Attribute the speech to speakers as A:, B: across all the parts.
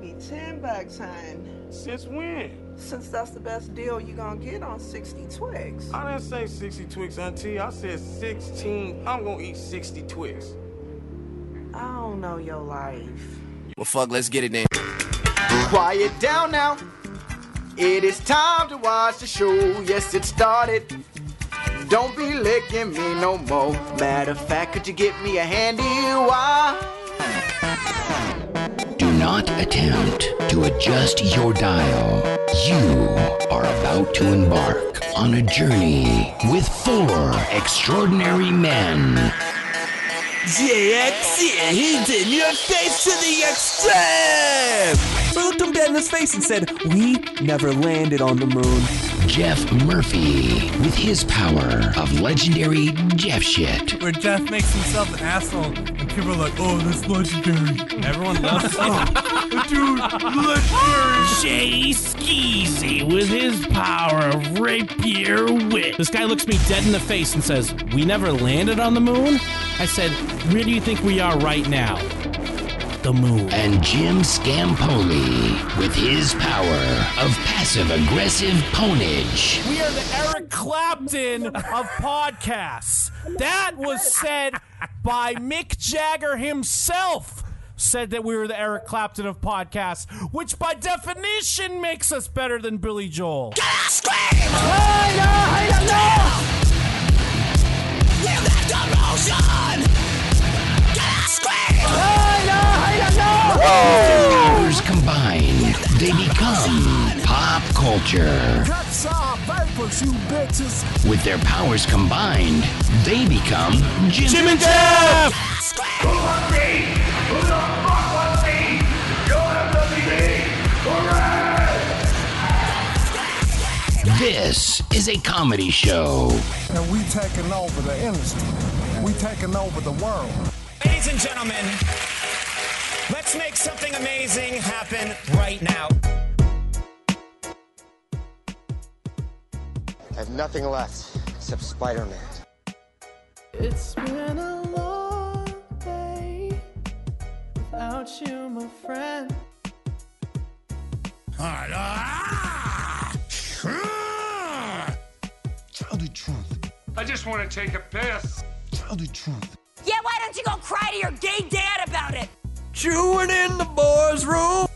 A: be 10 bucks, hun.
B: Since when?
A: Since that's the best deal you're gonna get on 60 twigs.
B: I didn't say 60 Twix, auntie. I said 16. I'm gonna eat 60 Twix.
A: I don't know your life.
C: Well, fuck, let's get it then.
D: Quiet down now. It is time to watch the show. Yes, it started. Don't be licking me no more. Matter of fact, could you get me a handy wire?
E: Do not attempt to adjust your dial. You are about to embark on a journey with four extraordinary men.
F: JX here, he's in your face to the extreme! I looked him dead in his face and said, We never landed on the moon.
E: Jeff Murphy with his power of legendary Jeff shit.
G: where Jeff makes himself an asshole, and people are like, "Oh, that's legendary." Everyone loves it. Dude, legendary.
H: Jay Skeezy with his power of rapier wit. This guy looks me dead in the face and says, We never landed on the moon? I said, Where do you think we are right now? The moon.
E: And Jim Scampoli with his power of passive aggressive ponage.
I: We are the Eric Clapton of podcasts. That was said by Mick Jagger himself. Said that we were the Eric Clapton of podcasts, which by definition makes us better than Billy Joel.
E: Powers combined, they become pop culture.
I: That's our vapors, you bitches.
E: With their powers combined, they become Jim,
G: Jim and Jeff.
E: This is a comedy show.
J: And we taking over the industry. We taking over the world.
K: Ladies and gentlemen, let's make something amazing happen right now.
D: I have nothing left except Spider Man.
F: It's been a long day without you, my friend.
J: Tell the truth.
B: I just want to take a piss.
J: Tell the truth.
L: Yeah, why don't you go cry to your gay dad about it?
F: Chewing in the boys' room.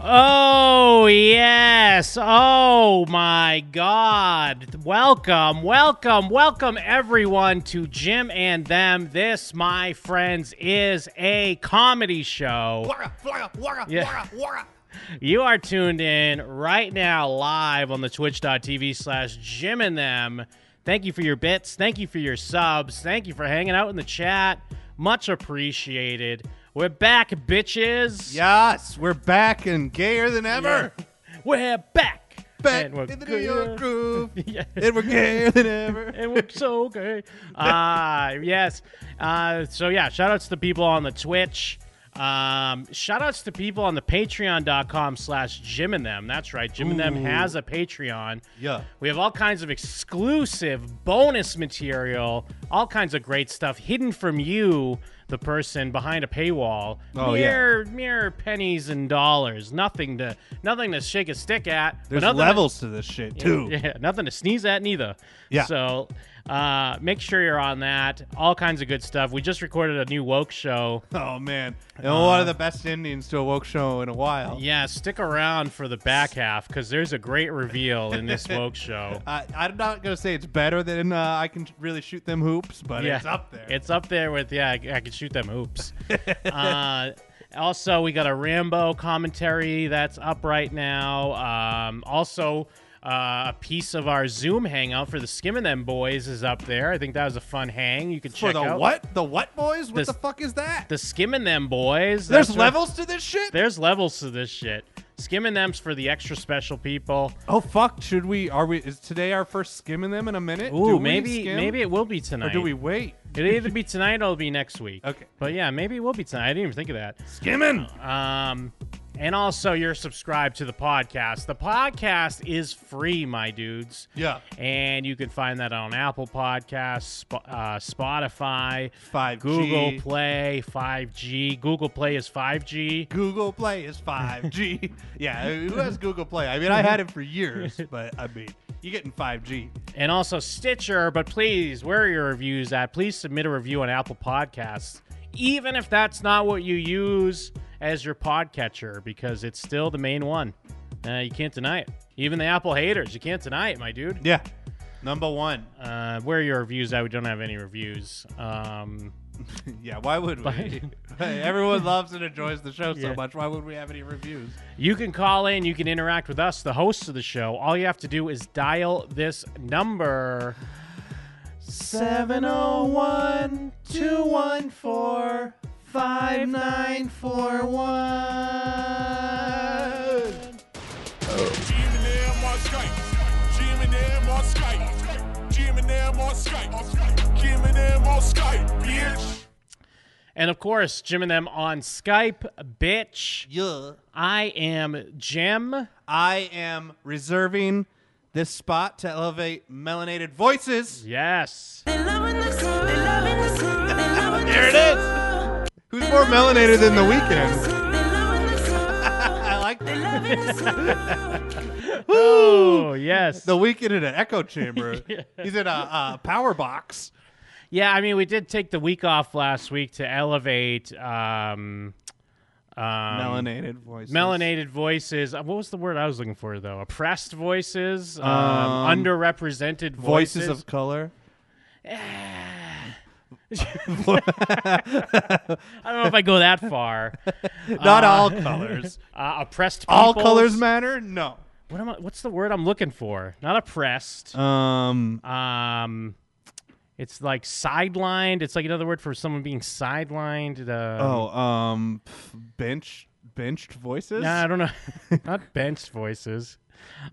H: Oh, yes. Oh, my God. Welcome, welcome, welcome, everyone, to Jim and Them. This, my friends, is a comedy show. Yeah. You are tuned in right now live on the twitch.tv slash Jim and them. Thank you for your bits. Thank you for your subs. Thank you for hanging out in the chat. Much appreciated. We're back, bitches.
G: Yes, we're back and gayer than ever.
H: We're back.
G: Back
H: And we're
G: in the New
H: good.
G: York groove,
H: Yeah.
G: and we're gayer than ever.
H: and we're so gay. Ah, yes. Uh, so yeah, shout outs to people on the Twitch. Um, shout outs to people on the patreon.com slash Jim and them. That's right. Jim and them has a Patreon.
G: Yeah.
H: We have all kinds of exclusive bonus material, all kinds of great stuff hidden from you, the person behind a paywall.
G: Oh, yeah.
H: mere, mere pennies and dollars. Nothing to nothing to shake a stick at. but
G: There's
H: nothing to-
G: levels to this shit too.
H: yeah, nothing to sneeze at neither.
G: Yeah.
H: So uh, make sure you're on that. All kinds of good stuff. We just recorded a new woke show.
G: Oh man, and one of the best Indians to a woke show in a while.
H: Uh-huh. Yeah, stick around for the back half because there's a great reveal in this woke show.
G: I, I'm not gonna say it's better than uh, I can really shoot them hoops, but
H: yeah,
G: it's up there.
H: It's up there with yeah. I, I could shoot them hoops. uh, also, we got a Rambo commentary that's up right now. Um, also. Uh, a piece of our Zoom hangout for the Skim and Them boys is up there. I think that was a fun hang. You can
G: for
H: check
G: the
H: out.
G: what? The what boys? What
H: This-
G: the fuck is that?
H: the skimming them boys.
G: There's
H: That's right.
G: levels to this shit.
H: There's levels to this shit. Skimming them's for the extra special people.
G: Oh fuck! Should we? Are we? Is today our first skimming them in a minute? Do
H: Ooh,
G: we
H: maybe
G: skim?
H: maybe it will be
G: Or
H: tonight.
G: do we wait?
H: It'll either be tonight or it'll be next week.
G: Okay.
H: But yeah, maybe it will be tonight. I didn't even think of that.
G: Skimming.
H: Um, And also, you're subscribed to the podcast. The podcast is free, my dudes.
I: Yeah.
H: And you can find that on Apple Podcasts, Sp- uh, Spotify,
I: 5G.
H: Google Play, 5G. Google Play is 5G.
I: Google Play is 5G. yeah, who has Google Play? I mean, I had it for years, but I mean, you're getting 5G.
H: and also Stitcher. But please, where are your reviews at? Please submit a review on Apple Podcasts, even if that's not what you use as your podcatcher, because it's still the main one. Uh, you can't deny it. Even the Apple haters, you can't deny it, my dude.
I: Yeah, number one.
H: Uh, where are your reviews at? We don't have any reviews. Um,
I: yeah, why would we? Everyone loves and enjoys the show so much. Why would we have any reviews?
H: You can call in, you can interact with us, the hosts of the show. All you have to do is dial this number
I: 701 214 5941.
M: them on Skype. Jim and them on Skype. Jim and them on Skype. Jim and them on Skype, bitch.
H: And of course, Jim and them on Skype, bitch.
I: Yeah.
H: I am Jim.
I: I am reserving this spot to elevate melanated voices.
H: Yes.
I: there it is. Who's more melanated than the weekend? I like
H: Oh, yes.
I: The weekend in an echo chamber. He's in a, a power box.
H: Yeah, I mean, we did take the week off last week to elevate um, um,
I: Melanated voices.
H: Melanated voices. Uh, What was the word I was looking for though? Oppressed voices, um,
I: Um,
H: underrepresented voices. Eh.
I: Voices of color.
H: I don't know if I go that far.
I: Not all colors.
H: Uh, oppressed.
I: All colors
H: peoples.
I: matter? No.
H: What am I, What's the word I'm looking for? Not oppressed.
I: Um,
H: Um, it's like sidelined. It's like another word for someone being sidelined. Uh,
I: oh, um, pff, bench, benched voices.
H: nah, I don't know. Not benched voices.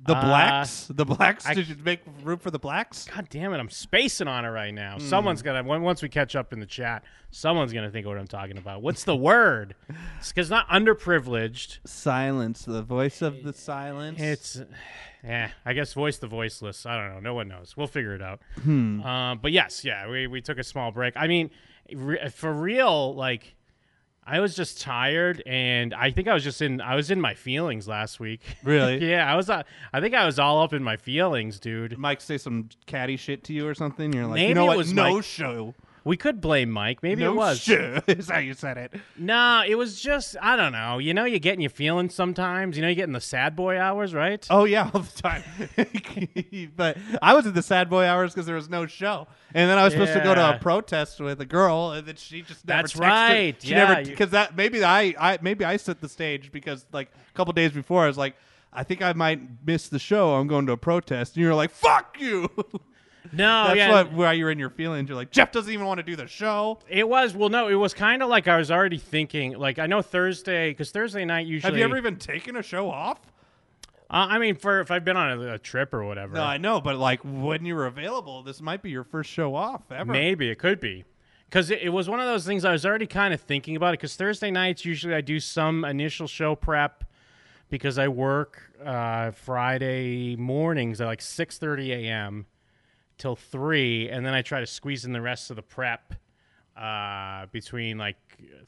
I: The
H: Uh,
I: blacks. The blacks.
H: I-
I: Did you make room for the blacks?
H: God damn it! I'm spacing on it right now.
I: Hmm.
H: Someone's gonna when- once we catch up in the chat. Someone's gonna think of what I'm talking about. What's the word? Because not underprivileged.
I: Silence. The voice of the silence.
H: It's, yeah. I guess voice the voiceless. I don't know. No one knows. We'll figure it out.
I: Hmm.
H: Um, but yes, yeah. We we took a small break. I mean, re- for real, like. I was just tired, and I think I was just in I was in my feelings last week.
I: Really?
H: yeah, I was. Uh, I think I was all up in my feelings, dude.
I: Mike say some catty shit to you or something. You're like,
H: Maybe
I: you know
H: it
I: what?
H: was
I: no
H: Mike.
I: show.
H: We could blame Mike. Maybe
I: no
H: it was.
I: show is how you said it.
H: No, it was just I don't know. You know, you get in your feelings sometimes. You know, you get in the sad boy hours, right?
I: Oh yeah, all the time. but I was at the sad boy hours because there was no show, and then I was supposed to go to
H: Yeah.
I: a protest with a girl, and then she just never.
H: That's
I: texted.
H: right,
I: She
H: yeah,
I: never
H: you-
I: because that maybe I, I maybe I set the stage because like a couple days before I was like. I think I might miss the show. I'm going to a protest, and you're like, "Fuck you!"
H: No,
I: That's
H: Oh, yeah.
I: what why you're in your feelings. You're like, "Jeff doesn't even want to do the show."
H: It was well, no, it was kind of like I was already thinking. Like I know Thursday because Thursday night usually.
I: Have you ever even taken a show off?
H: Uh, I mean, for if I've been on a, a trip or whatever.
I: No, I know, but like when you were available, this might be your first show off ever.
H: Maybe it could be. Because it, it was one of those things I was already kind of thinking about it. Because Thursday nights, usually I do some initial show prep because I work uh, Friday mornings at like 6.30 a.m. till 3. And then I try to squeeze in the rest of the prep uh, between like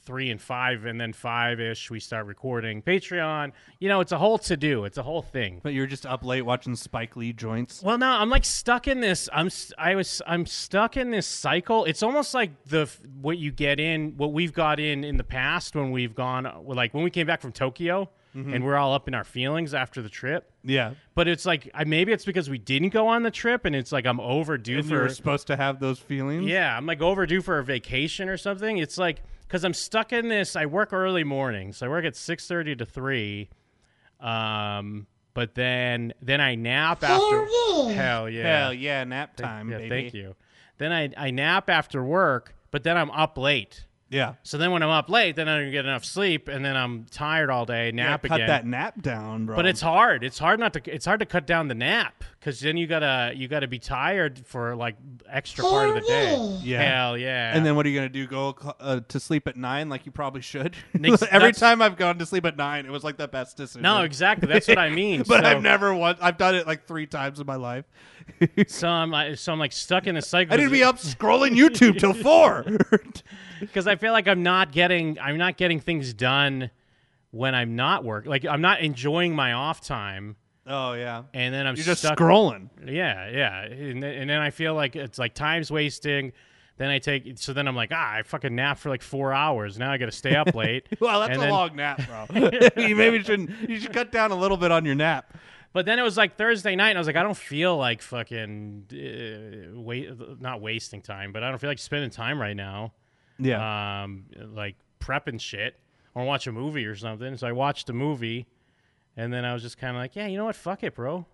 H: 3 and 5. And then 5-ish, we start recording Patreon. You know, it's a whole to-do. It's a whole thing.
I: But you're just up late watching Spike Lee joints.
H: Well, no, I'm like stuck in this. I'm s- I was I'm stuck in this cycle. It's almost like the f- what you get in, what we've got in in the past when we've gone, uh, like when we came back from Tokyo
I: Mhm.
H: and we're all up in our feelings after the trip.
I: Yeah.
H: But it's like I, maybe it's because we didn't go on the trip, and it's like I'm overdue
I: And
H: for
I: you were supposed to have those feelings.
H: yeah, I'm like overdue for a vacation or something. It's like because I'm stuck in this. I work early mornings. I work at six thirty to three, um, but then then I nap after. Hell yeah!
I: Hell yeah, nap
H: Thank-
I: time,
H: yeah,
I: baby.
H: Thank you. Then I I nap after work, but then I'm up late.
J: Yeah.
H: So then when I'm up late, then I don't get enough sleep, and then I'm tired all day. Nap
J: cut
H: again.
J: that nap down, bro.
H: But it's hard. It's hard not to. It's hard to cut down the nap because then you gotta you gotta be tired for like extra part of the day. Hell yeah.
J: And then what are you gonna do? Go uh, to sleep at nine, like you probably should.
H: Nick's-
J: Every
H: that's-
J: time I've gone to sleep at nine, it was like the best decision.
H: No, exactly. That's what I mean.
J: but
H: So-
J: I've never once. I've done it like three times in my life.
H: so I'm I- so I'm like stuck in a cycle.
J: I need to be up scrolling YouTube till four.
H: because I feel like I'm not getting I'm not getting things done when I'm not work. Like I'm not enjoying my off time.
J: Oh yeah.
H: And then I'm
J: You're just
H: stuck-
J: scrolling.
H: Yeah, yeah. And then, and then I feel like it's like time's wasting. Then I take so then I'm like ah I fucking nap for like four hours. Now I got to stay up late.
J: Well, that's
H: And
J: a
H: then-
J: long nap, bro. you maybe shouldn't. You should cut down a little bit on your nap.
H: But then it was like Thursday night, and I was like, I don't feel like fucking uh, wait, not wasting time, but I don't feel like spending time right now.
J: Yeah.
H: Um, like prepping shit or watch a movie or something. So I watched a movie, and then I was just kind of like, yeah, you know what? Fuck it, bro.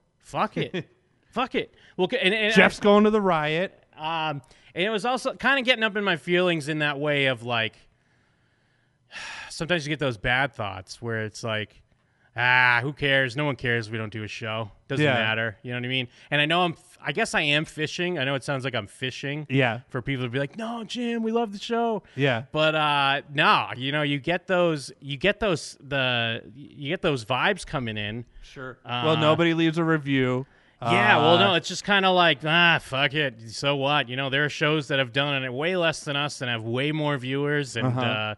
H: Fuck it. Fuck it. Well, c- and, and
J: Jeff's going to the riot.
H: um, and it was also kind of getting up in my feelings in that way of like, sometimes you get those bad thoughts where it's like, ah, who cares? No one cares. if We don't do a show. Doesn't
J: Yeah.
H: matter. You know what I mean? And I know I'm, I guess I am fishing. I know it sounds like I'm fishing.
J: Yeah.
H: For people to be like, no, Jim, we love the show.
J: Yeah.
H: But uh, no, you know, you get those, you get those, the, you get those vibes coming in.
J: Sure.
H: Uh,
J: well, nobody leaves a review.
H: yeah, well, no,
J: Uh,
H: it's just kind of like ah, fuck it. So what? You know, there are shows that have done it way less than us and have way more viewers and
J: Uh-huh.
H: uh,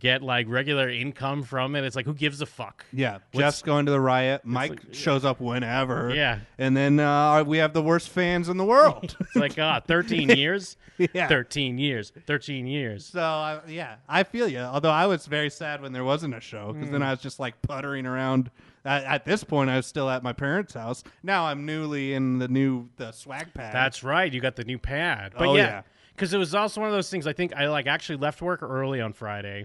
H: get like regular income from it. It's like who gives a fuck?
J: Yeah,
H: What's-
J: Jeff's going to the riot. Mike shows up whenever.
H: Yeah.
J: and then uh, we have the worst fans in the world.
H: It's like ah, thirteen years,
J: Yeah.
H: thirteen years, thirteen years.
J: so um, I, yeah, I feel you. Although I was very sad when there wasn't a show because then
H: Mm.
J: I was just like puttering around. At, at this point, I was still at my parents' house. Now I'm newly in the new the swag pad.
H: That's right. You got the new pad. But
J: Oh,
H: yeah,
J: yeah.
H: because it was also one of those things. I think I like actually left work early on Friday,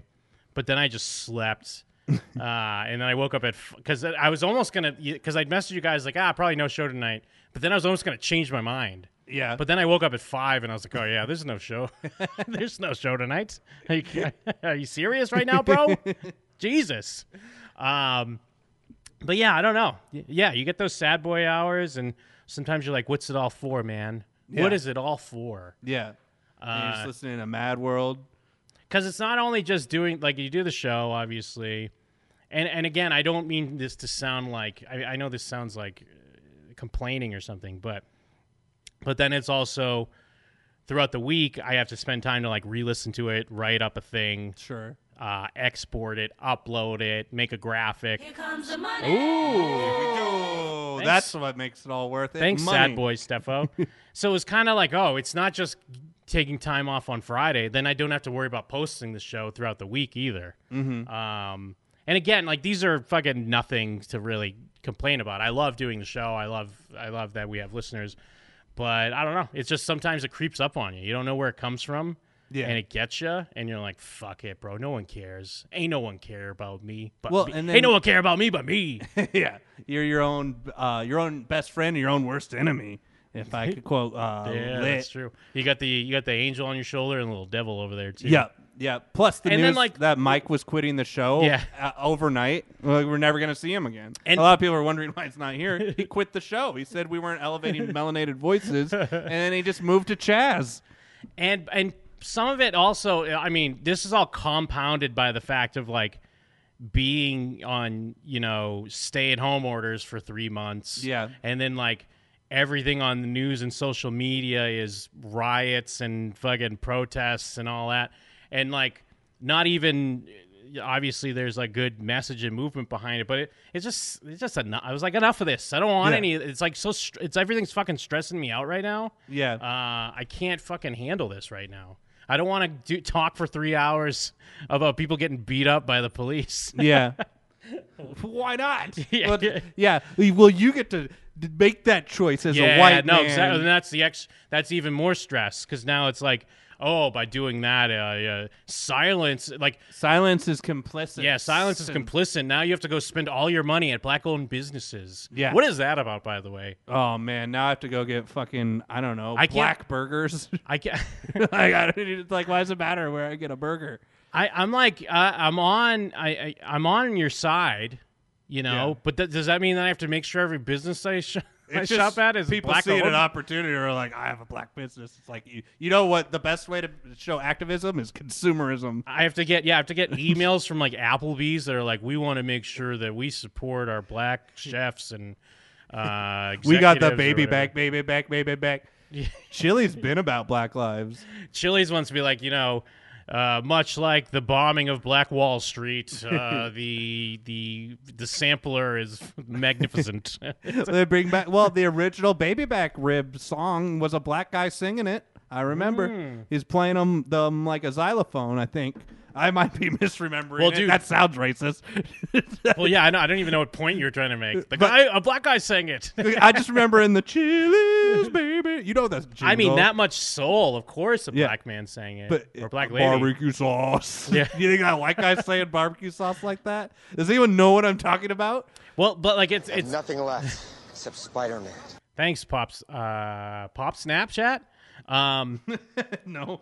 H: but then I just slept. uh, and then I woke up at because I was almost gonna because I'd messaged you guys like ah probably no show tonight, but then I was almost gonna change my mind.
J: Yeah.
H: But then I woke up at five and I was like, oh yeah, there's no show. there's no show tonight. Are you, are you serious right now, bro? Jesus. Um, but yeah, I don't know. Y- Yeah, you get those sad boy hours, and sometimes you're like, "What's it all for, man? What
J: Yeah.
H: is it all for?"
J: yeah. And you're
H: Uh,
J: just listening to Mad World.
H: Because it's not only just doing like you do the show, obviously, and and again, I don't mean this to sound like I, I know this sounds like uh, complaining or something, but but then it's also throughout the week I have to spend time to like re-listen to it, write up a thing,
J: sure,
H: uh, export it, upload it, make a graphic.
L: Here comes the money.
G: Oh,
J: Ooh.
H: Thanks.
J: That's what makes it all worth it.
H: Thanks,
J: Money.
H: sad boy Steffo. so it was kind of like, oh, it's not just taking time off on Friday. Then I don't have to worry about posting the show throughout the week either.
J: Mhm.
H: Um, and again, like these are fucking nothing to really complain about. I love doing the show. I love, I love that we have listeners. But I don't know. It's just sometimes it creeps up on you. You don't know where it comes from.
J: Yeah.
H: And it gets you, and you're like, "Fuck it, bro. No one cares. Ain't no one care about me, but
J: Well,
H: me.
J: and
H: ain't
J: then-
H: no one care about me, but me."
J: yeah, you're your own uh, your own best friend, and your own worst enemy. If I could quote, uh,
H: yeah,
J: Lit.
H: that's true. You got the you got the angel on your shoulder and the little devil over there too.
J: Yeah, yeah. Plus the
H: And
J: news
H: then, like-
J: that Mike was quitting the show.
H: Yeah.
J: uh, overnight. Like, we're never gonna see him again.
H: And-
J: a lot of people are wondering why he's not here. He quit the show. He said we weren't elevating melanated voices, and then he just moved to Chaz.
H: and and some of it also. I mean, this is all compounded by the fact of like being on you know stay at home orders for three months.
J: Yeah.
H: and then like everything on the news and social media is riots and fucking protests and all that, and like not even. Obviously, there's like good message and movement behind it, but it, it's just it's just enough. I was like, enough of this. I don't want
J: Yeah.
H: any. It's like so. Str- it's everything's fucking stressing me out right now.
J: Yeah.
H: Uh, I can't fucking handle this right now. I don't want to do, talk for three hours about people getting beat up by the police.
J: Yeah. Why not?
H: Yeah.
J: Well, yeah. Well, you get to d- make that choice as
H: yeah,
J: a white
H: no,
J: man.
H: exactly. And that's the ex. That's even more stress because now it's like, oh, by doing that, uh, uh, silence, like
J: Silence is complicit.
H: yeah, silence is
J: And-
H: complicit. Now you have to go spend all your money at black-owned businesses.
J: Yeah.
H: what is that about, by the way?
J: Oh man, now I have to go get fucking I don't know
H: I can't-
J: black burgers.
H: I can't.
J: like, I, don't- it's like, why does it matter where I get a burger?
H: I, I'm like uh, I'm on I, I I'm on your side, you know. But th- does that mean that I have to make sure every business I, sh- I
J: It's
H: shop
J: just
H: at is
J: people
H: black
J: seeing
H: owned?
J: an opportunity or like I have a black business. It's like you, you know what the best way to show activism is consumerism.
H: I have to get yeah I have to get emails from like Applebee's that are like we want to make sure that we support our black chefs and uh,
J: We got the
H: executives or
J: baby
H: whatever."
J: back, baby back, baby back. Chili's been about Black Lives.
H: Chili's wants to be like, you know, uh, much like the bombing of Black Wall Street, uh, the the the sampler is magnificent.
J: they bring back well the original baby back rib song was a black guy singing it i remember
H: Mm.
J: he's playing them, them like a xylophone i think i might be misremembering
H: Well,
J: it.
H: dude-
J: that sounds racist
H: well, yeah, I know. I don't even know what point you were trying to make. The
J: But-
H: guy, a black guy, sang it.
J: i just remember in the chili's baby you know that's
H: I mean, that much soul. Of course, a
J: Yeah.
H: black man sang it,
J: but uh,
H: or a black lady.
J: barbecue sauce
H: Yeah.
J: you think that white guy saying barbecue sauce like that does anyone know what i'm talking about
H: well but like it's it's
N: nothing left except Spider-Man.
H: Thanks, pops. Uh, pop Snapchat. Um,
J: no,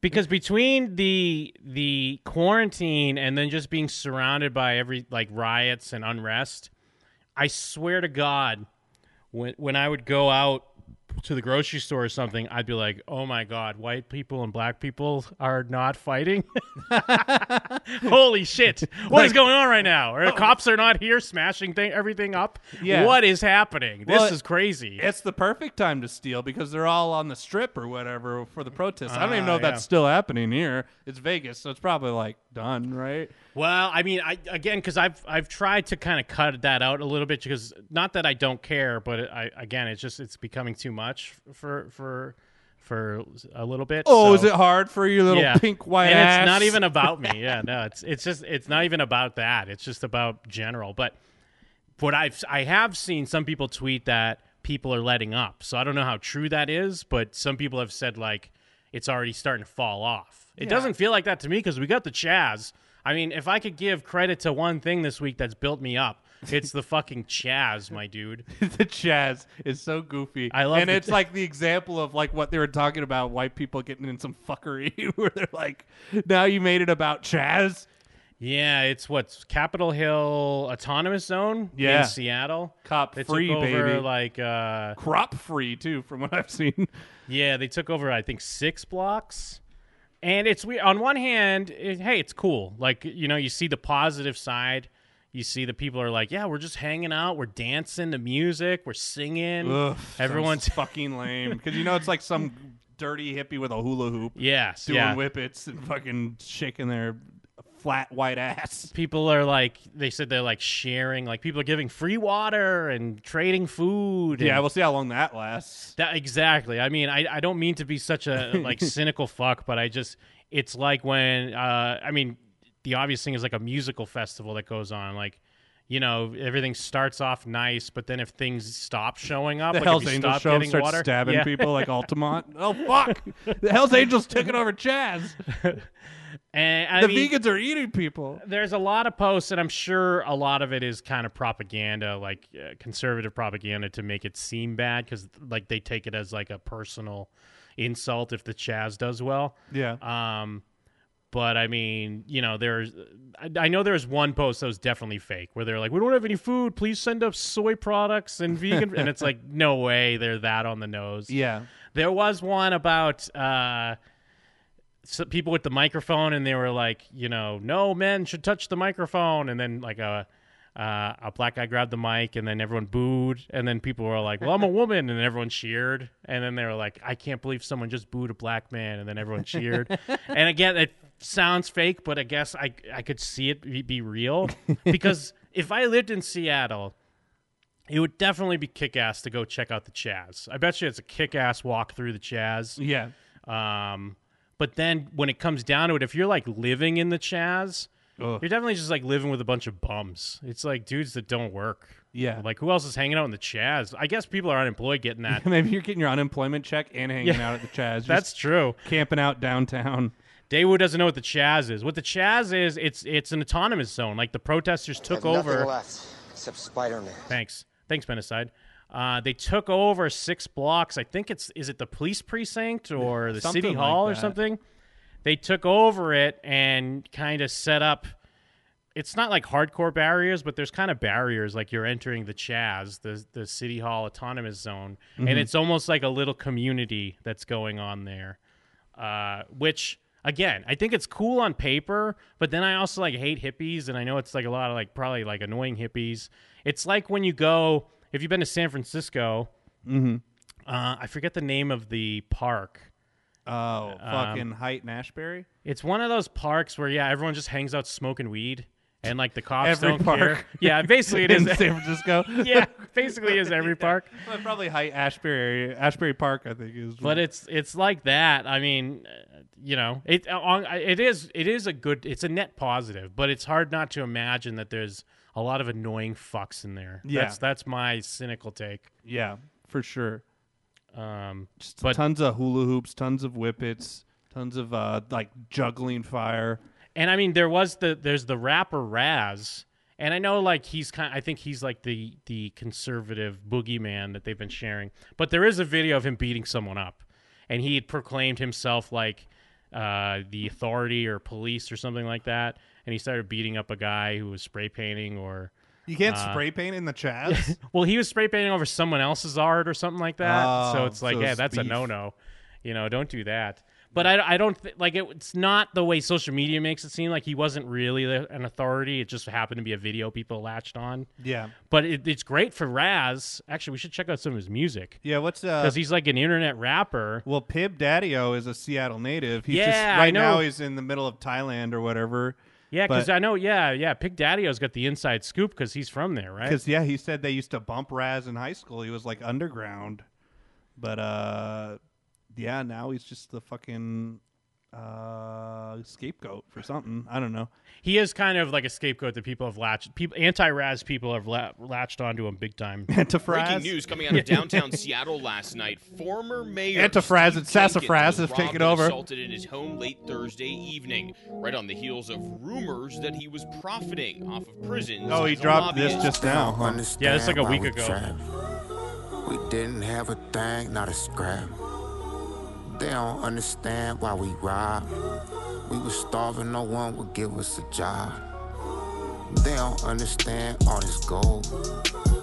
H: because between the the quarantine and then just being surrounded by every like riots and unrest, I swear to God, when when I would go out to the grocery store or something, I'd be like, "Oh my God, white people and black people are not fighting." Holy shit! What is
J: Like-
H: going on right now? Are the cops are not here smashing thing, everything up?
J: Yeah.
H: What is happening? This
J: Well,
H: is crazy.
J: It's the perfect time to steal because they're all on the strip or whatever for the protests. I don't even
H: Ah,
J: know if
H: yeah.
J: that's still happening here. It's Vegas, so it's probably like done, right?
H: Well, I mean, I again because I've I've tried to kind of cut that out a little bit because not that I don't care, but it, I again it's just it's becoming too much for for for a little bit.
J: Oh,
H: so-
J: is it hard for your little
H: Yeah.
J: pink white
H: And
J: ass?
H: it's not even about me. Yeah, no, it's it's just it's not even about that. It's just about general. But what I've I have seen some people tweet that people are letting up. So I don't know how true that is, but some people have said like it's already starting to fall off. It
J: Yeah.
H: doesn't feel like that to me because we got the Chaz. I mean, if I could give credit to one thing this week that's built me up, it's the fucking Chaz, my dude.
J: the Chaz is so goofy.
H: I love
J: and
H: the-
J: it's like the example of like what they were talking about white people getting in some fuckery where they're like, now you made it about Chaz.
H: Yeah, it's what's Capitol Hill Autonomous Zone
J: Yeah.
H: in Seattle.
J: Cop
H: They took
J: free,
H: over,
J: baby.
H: Like uh,
J: Crop free too, from what I've seen.
H: Yeah, they took over. I think six blocks, and it's weird. On one hand, it, hey, it's cool. Like you know, you see the positive side. You see the people are like, yeah, we're just hanging out, we're dancing to music, we're singing.
J: Ugh,
H: Everyone's
J: sounds fucking lame because you know it's like some dirty hippie with a hula hoop.
H: Yes,
J: doing
H: yeah.
J: whippets and fucking shaking their flat white ass.
H: people are like, they said they're like sharing, like people are giving free water and trading food.
J: Yeah,
H: and-
J: we'll see how long that lasts.
H: That exactly. I mean, I, I don't mean to be such a like cynical fuck, but I just it's like when uh I mean, the obvious thing is like a musical festival that goes on like you know, everything starts off nice, but then if things stop showing up,
J: The
H: like if
J: Hell's
H: you
J: Angels
H: stop
J: show up
H: getting
J: starts
H: water-
J: stabbing
H: Yeah.
J: people like Altamont. oh fuck! The Hell's Angels taking over Chaz.
H: And, I
J: the
H: mean,
J: vegans are eating people.
H: there's a lot of posts, and I'm sure a lot of it is kind of propaganda, like uh, conservative propaganda, to make it seem bad because like they take it as like a personal insult if the Chaz does well.
J: Yeah.
H: Um, but I mean, you know, there's I, I know there's one post that was definitely fake where they're like, we don't have any food, please send us soy products and vegan, and it's like, no way, they're that on the nose.
J: Yeah.
H: There was one about uh, so people with the microphone, and they were like, you know, no men should touch the microphone, and then like a. Uh, a black guy grabbed the mic, and then everyone booed, and then people were like, "Well, I'm a woman," and everyone cheered, and then they were like, "I can't believe someone just booed a black man," and then everyone cheered. and again, it sounds fake, but I guess I I could see it be- be real because if I lived in Seattle, it would definitely be kick ass to go check out the Chaz. I bet you it's a kick ass walk through the Chaz.
J: Yeah.
H: Um, but then when it comes down to it, if you're like living in the Chaz,
J: Ugh.
H: you're definitely just like living with a bunch of bums. It's like dudes that don't work.
J: Yeah.
H: Like who else is hanging out in the Chaz? I guess people are unemployed getting that.
J: Maybe you're getting your unemployment check and hanging
H: Yeah.
J: out at the Chaz. just
H: That's true.
J: Camping out downtown.
H: Daewoo doesn't know what the Chaz is. What the Chaz is, it's it's an autonomous zone. Like the protesters took
N: Have
H: over.
N: Nothing left except Spider-Man.
H: Thanks. Thanks, Benicide. Uh, they took over six blocks. I think it's is it the police precinct or the
J: Something
H: city hall
J: like
H: or
J: that.
H: something? they took over it and kind of set up it's not like hardcore barriers, but there's kind of barriers like you're entering the Chaz, the the City Hall Autonomous Zone,
O: Mhm.
H: and it's almost like a little community that's going on there. Uh, which again, I think it's cool on paper, but then I also like hate hippies, and I know it's like a lot of like probably like annoying hippies. It's like when you go if you've been to San Francisco,
G: Mm-hmm.
H: uh, I forget the name of the park. Uh,
G: Oh,
H: um,
G: fucking Height and Ashbury?
H: It's one of those parks where yeah, everyone just hangs out smoking weed and like the cops
G: Every
H: don't
G: park.
H: care. Yeah, basically it is
G: In San Francisco.
H: yeah, basically is every park.
G: Well, probably Height Ashbury. Ashbury Park, I think, is.
H: But it's it's like that. I mean, uh, you know, it uh, on it is it is a good it's a net positive, but it's hard not to imagine that there's a lot of annoying fucks in there.
G: Yeah.
H: That's that's my cynical take.
G: Yeah, for sure.
H: Um,
G: Just
H: but-
G: tons of hula hoops, tons of whippets, tons of uh, like juggling fire.
H: And I mean, there was the there's the rapper Raz, and I know like he's kind. I think he's like the the conservative boogeyman that they've been sharing. But there is a video of him beating someone up, and he had proclaimed himself like uh, the authority or police or something like that. And he started beating up a guy who was spray painting or
G: You can't
H: uh,
G: spray paint in the Chaz.
H: well, he was spray painting over someone else's art or something like that. so
G: Oh,
H: it's like,
G: so
H: yeah,
G: it's
H: that's
G: beef.
H: a no no. You know, don't do that. But I, I don't th- like it, it's not the way social media makes it seem like he wasn't really the- an authority. It just happened to be a video people latched on.
G: Yeah.
H: But it, it's great for Raz. Actually, we should check out some of his music.
G: yeah, what's uh?
H: Because he's like an internet rapper.
G: Well, Pib Daddio is a Seattle native. He's just
H: Yeah, I
G: right now
H: know.
G: he's in the middle of Thailand or whatever.
H: Yeah, because
G: but-
H: I know, yeah, yeah. Pig Daddy-O's got the inside scoop because he's from there, right?
G: Because yeah, he said they used to bump Raz in high school. He was like underground, but uh, yeah, now he's just the fucking uh scapegoat for something. I don't know.
H: He is kind of like a scapegoat that people have latched. People, anti-Raz people have la- latched onto him big time.
J: Breaking news coming out of downtown Seattle last night. Former mayor
G: Antifraz
J: Steve
G: and Sassafras have
J: Jenkins was robbed
G: taken
J: and
G: over.
J: Assaulted in his home late Thursday evening, right on the heels of rumors that he was profiting off of prisons.
G: Oh, he
J: as a
G: dropped this
J: lobbyist.
G: just now.
F: don't understand
G: Yeah, it's like a
F: why
G: week
F: we
G: ago.
F: travel. We didn't have a thing, not a scrap. They don't understand why we robbed. We were starving, no one would give us a job. They don't understand all this gold.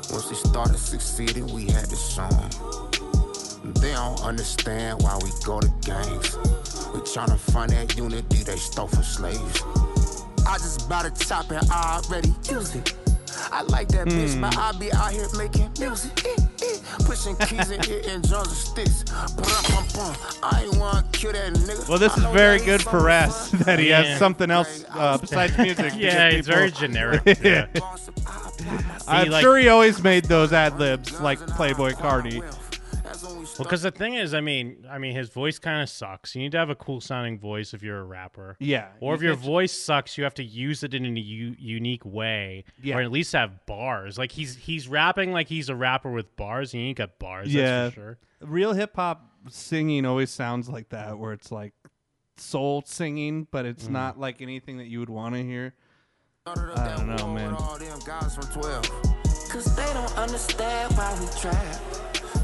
F: Once they started succeeding, we had to show 'em. They don't understand why we go to gangs. We tryna find that unity they stole from slaves. I just bought a top and I already use it. I like that bitch,
D: Hmm.
F: but I be out here making music. Eh, eh. Pushing keys in here and drums and sticks. Brum, brum, brum. I ain't wanna kill that nigga.
G: Well, this
F: I
G: is
F: know
G: very
F: that
G: good
F: ain't
G: for
F: something
G: Raz
F: fun.
G: that he
F: Yeah.
G: has something else uh, besides music. to
H: Yeah,
G: give
H: it's very
G: people-
H: generic,
G: Yeah. I'm
H: See, like-
G: sure he always made those ad libs like Playboy Cardi.
H: Well, because the thing is, I mean, I mean, his voice kind of sucks. You need to have a cool sounding voice if you're a rapper.
G: Yeah,
H: Or
G: you
H: if your
G: can't-
H: voice sucks, you have to use it in a u- unique way.
G: Yeah.
H: Or at least have bars. Like he's he's rapping like he's a rapper with bars, and he ain't got bars.
G: yeah,
H: That's for sure.
G: real hip hop singing always sounds like that, where it's like soul singing, but it's
F: Mm.
G: not like anything that you would want to hear. I don't know, man.
F: all them guys from 12. Cause they don't understand why we trap.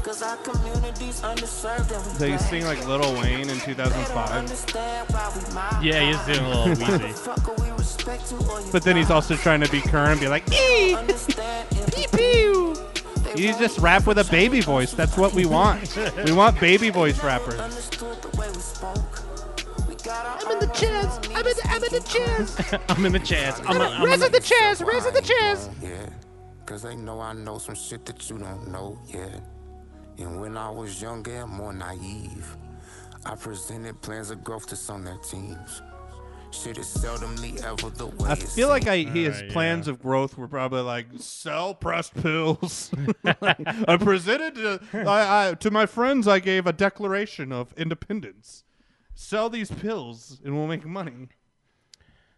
F: Cause our community's underserved and we
G: They
F: black.
G: sing like Lil Wayne in 2005,
F: Understand why we mob.
G: Yeah, he's doing a little wheezy.
F: Fuck are we respect you or you
G: but then he's also trying to be current and be like,
F: don't understand empathy.
G: "You just rap with a baby voice. That's what we want. we want baby voice rappers."
F: Understood the way we spoke.
D: I'm in the chairs. I'm in the, I'm in the chairs.
H: I'm in the chairs. I'm, a, I'm
D: Res
H: a-
D: of the chairs. Res of the chairs.
F: Yeah, cause they know I know some shit that you don't know yet. And when I was younger and more naive, I presented plans of growth to some of their teams. Shit is seldomly ever the way
G: I
F: it
G: feel like I,
F: seems.
G: his plans of growth were probably like sell pressed pills. I presented to, I, I, to my friends. I gave a declaration of independence. Sell these pills and we'll make money.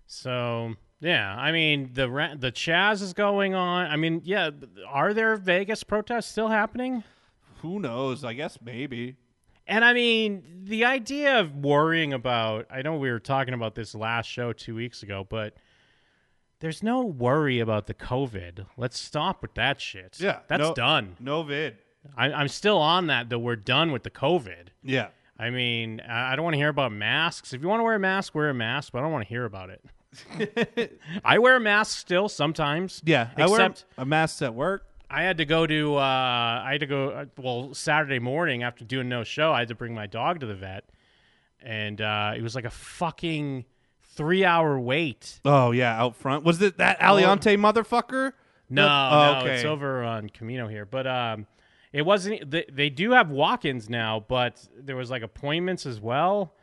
H: So yeah, I mean the ra- the Chaz is going on. I mean, yeah, are there Vegas protests still happening?
G: Who knows? I guess maybe.
H: And I mean, the idea of worrying about, I know we were talking about this last show two weeks ago, but there's no worry about the COVID. Let's stop with that shit.
G: Yeah,
H: That's
G: no-
H: done.
G: No vid.
H: I, I'm still on that, though. We're done with the COVID.
G: Yeah.
H: I mean, I I don't want to hear about masks. If you want to wear a mask, wear a mask, but I don't want to hear about it. I wear a mask still sometimes.
I: Yeah, I wear
H: except
I: a mask at work.
H: I had to go to uh, I had to go uh, well Saturday morning after doing no show. I had to bring my dog to the vet, and uh, it was like a fucking three hour wait.
I: Oh yeah, out front. Was it that Aliante motherfucker?
H: No,
I: Oh,
H: no, it's over on Camino here. But um, it wasn't. They, they do have walk-ins now, but there was like appointments as well.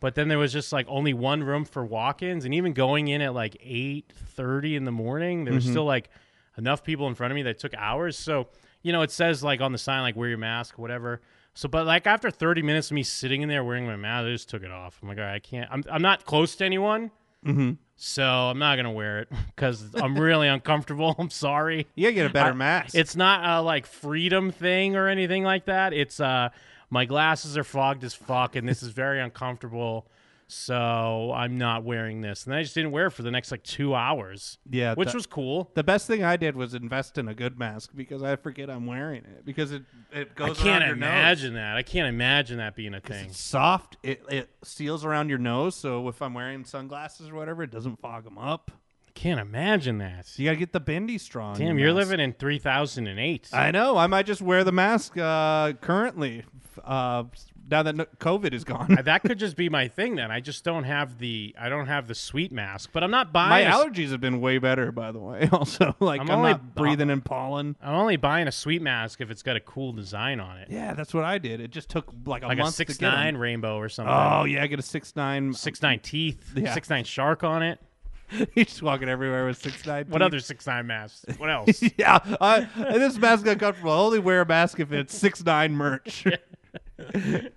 H: But then there was just like only one room for walk-ins, and even going in at like eight thirty in the morning, there was
I: Mhm.
H: still like enough people in front of me that took hours. So you know, it says like on the sign like wear your mask, whatever. So, but like after thirty minutes of me sitting in there wearing my mask, I just took it off. I'm like, all right, I can't. I'm I'm not close to anyone.
I: Mhm.
H: So I'm not gonna wear it because I'm really uncomfortable. I'm sorry.
I: Yeah, get a better
H: I-
I: mask.
H: It's not a like freedom thing or anything like that. It's uh, my glasses are fogged as fuck, and this is very uncomfortable. So I'm not wearing this, and I just didn't wear it for the next like two hours.
I: Yeah,
H: which
I: that-
H: was cool.
I: The best thing I did was invest in a good mask because I forget I'm wearing it because it it goes
H: I can't
I: around your
H: imagine that. I can't imagine that being a
I: nose.
H: thing.
I: It's soft. It it seals around your nose, so if I'm wearing sunglasses or whatever, it doesn't fog them up.
H: I can't imagine that.
I: You gotta get the bendy strong.
H: Damn, you're living in 3008.
I: I know. I might just wear the mask uh, currently. Uh, now that no- COVID is gone,
H: Uh, that could just be my thing then. I just don't have the I don't have the sweet mask, but I'm not
I: my
H: buying. a s-
I: allergies have been way better. By the way, also like I'm,
H: only
I: not breathing in pollen.
H: I'm only buying a sweet mask if it's got a cool design on it.
I: Yeah, that's what I did. It just took like a
H: like
I: month
H: a six
I: to get 'em.
H: nine rainbow or something.
I: Oh yeah, I get a six nine.
H: six nine teeth,
I: Yeah.
H: six nine shark on it.
I: He's just walking everywhere with six nine.
H: What other six nine masks? What else?
I: yeah, I, and this mask got comfortable. I only wear a mask if it's six nine merch.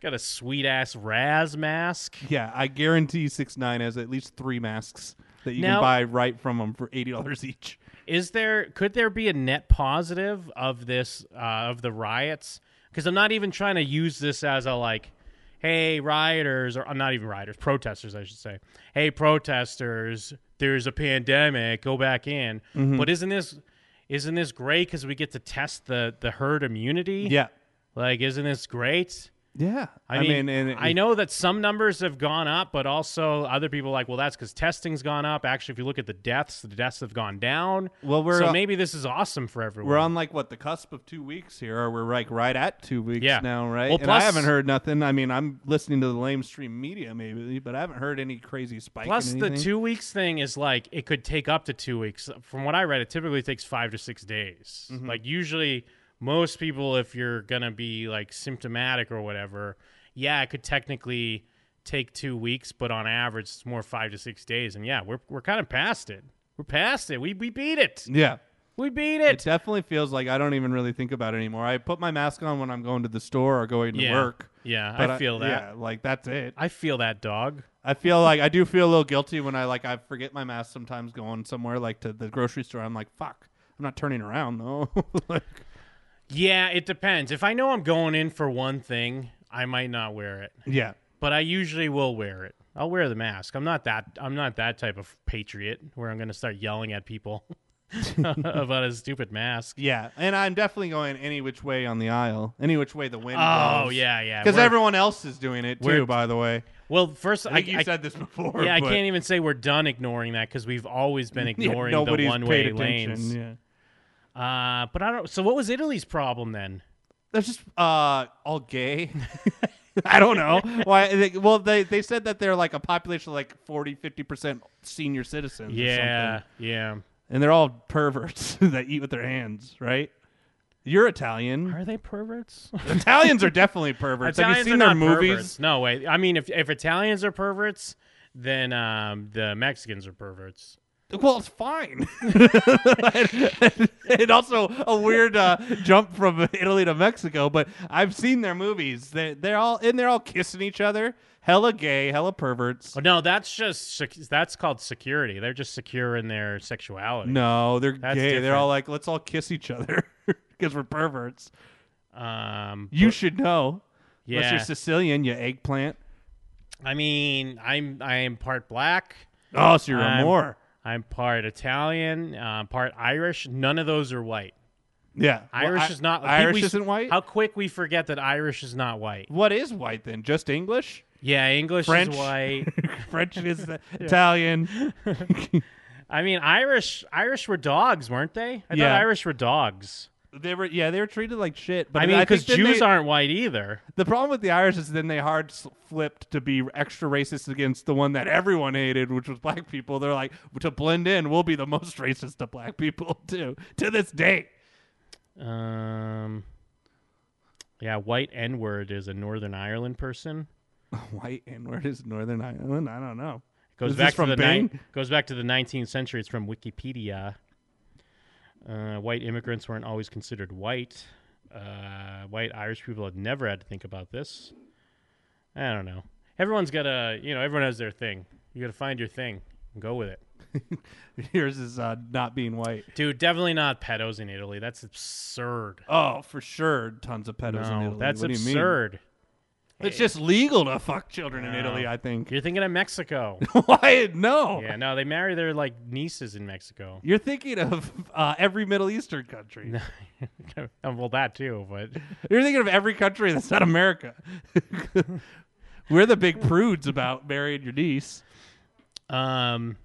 H: Got a sweet ass Raz mask.
I: yeah, I guarantee six nine has at least three masks that you
H: Now-
I: can buy right from them for eighty dollars each.
H: Is there could there be a net positive of this uh, of the riots? Because I'm not even trying to use this as a like, hey rioters or I'm not even rioters protesters I should say. Hey protesters, there's a pandemic, go back in.
I: Mhm.
H: But isn't this isn't this great because we get to test the the herd immunity?
I: Yeah.
H: like isn't this great?
I: Yeah,
H: I
I: I
H: mean, I,
I: mean, and it-
H: know that some numbers have gone up, but also other people are like, well, that's because testing's gone up. Actually, if you look at the deaths, the deaths have gone down.
I: Well, we're,
H: so
I: uh,
H: maybe this is awesome for everyone.
I: We're on like what the cusp of two weeks here, or we're like right at two weeks
H: Yeah.
I: now, right?
H: Well,
I: and
H: plus-
I: I haven't heard nothing. I mean, I'm listening to the lamestream media maybe, but I haven't heard any crazy spike. in
H: Plus, the
I: anything.
H: two weeks thing is like it could take up to two weeks. From what I read, it typically takes five to six days.
I: Mhm.
H: Like usually, most people, if you're gonna be like symptomatic or whatever, yeah, it could technically take two weeks, but on average, it's more five to six days. And yeah, we're we're kind of past it. We're past it. We we beat it.
I: Yeah.
H: We beat it.
I: It definitely feels like I don't even really think about it anymore. I put my mask on when I'm going to the store or going to
H: Yeah.
I: work.
H: Yeah, I
I: but
H: feel that.
I: Yeah, like that's it.
H: I feel that dog.
I: I feel like I do feel a little guilty when I like I forget my mask sometimes going somewhere like to the grocery store. I'm like, fuck, I'm not turning around though. like,
H: Yeah, it depends. If I know I'm going in for one thing, I might not wear it.
I: Yeah.
H: But I usually will wear it. I'll wear the mask. I'm not that I'm not that type of patriot where I'm going to start yelling at people about a stupid mask.
I: yeah, and I'm definitely going any which way on the aisle, any which way the wind.
H: Oh, yeah, yeah.
I: Because
H: We're-
I: everyone else is doing it
H: We're-
I: too. By the way,
H: Well, first
I: I think you said this before,
H: Yeah, I
I: but-
H: can't even say we're done ignoring that because we've always been
I: Yeah,
H: ignoring the
I: nobody's
H: one-way
I: paid attention,
H: lanes.
I: yeah.
H: Uh, but I don't. So what was Italy's problem then?
I: They're just uh, all gay. I don't know why. They, well, they they said that they're like a population of like 40, 50 percent senior citizens. or
H: Yeah,
I: something.
H: yeah.
I: and they're all perverts that eat with their hands, right? You're Italian.
H: Are they perverts?
I: Italians are definitely perverts.
H: Italians
I: Have you seen
H: are
I: their
H: not
I: movies?
H: perverts. No way. I mean, if if Italians are perverts, then um, the Mexicans are perverts.
I: Well, it's fine. and also a weird uh, jump from Italy to Mexico, but I've seen their movies. They they're all and they're all kissing each other. Hella gay, hella perverts.
H: Oh, no, that's just sec- that's called security. They're just secure in their sexuality.
I: No, they're
H: That's
I: gay. They're
H: different.
I: all like, let's all kiss each other because we're perverts.
H: Um,
I: You
H: but-
I: should know. Unless
H: Yeah.
I: you're Sicilian, you eggplant.
H: I mean, I'm I am part black.
I: Oh, so you're a
H: I'm-
I: Moor.
H: I'm part Italian, uh, part Irish. None of those are white.
J: Yeah. Well,
H: Irish
J: I-
H: is not.
J: Irish
H: we-
J: isn't white?
H: How quick we forget that Irish is not white.
J: What is white then? Just English?
H: Yeah, English
J: French?
H: is white.
J: French is the- Italian.
H: I mean, Irish Irish were dogs, weren't they? I
J: Yeah.
H: thought Irish were dogs.
J: They were yeah, they were treated like shit. But
H: I mean, because
J: because
H: Jews aren't white either.
J: The problem with the Irish is then they hard s- flipped to be extra racist against the one that everyone hated, which was black people. They're like to blend in, we'll be the most racist to black people too to this day.
H: Um, yeah, white N word is a Northern Ireland person.
J: White and where is Northern Ireland? I don't know.
H: Goes
J: Is this
H: back
J: from
H: to the
J: Bing?
H: nine- goes back to the 19th century. It's from Wikipedia. Uh, white immigrants weren't always considered white. Uh, white Irish people had never had to think about this. I don't know. Everyone's got a you know everyone has their thing. You got to find your thing and go with it.
J: Yours is uh, not being white.
H: Dude, definitely not pedos in Italy. That's absurd.
J: Oh, for sure, tons of pedos in
H: No,
J: Italy.
H: That's
J: What do you mean?
H: absurd.
J: It's just legal to fuck children in Italy, I think.
H: You're thinking of Mexico.
J: Why? No.
H: Yeah, no, they marry their like nieces in Mexico.
J: You're thinking of uh, every Middle Eastern country.
H: Uh, well, that too, but
J: You're thinking of every country that's not America. We're the big prudes about marrying your niece.
H: Um,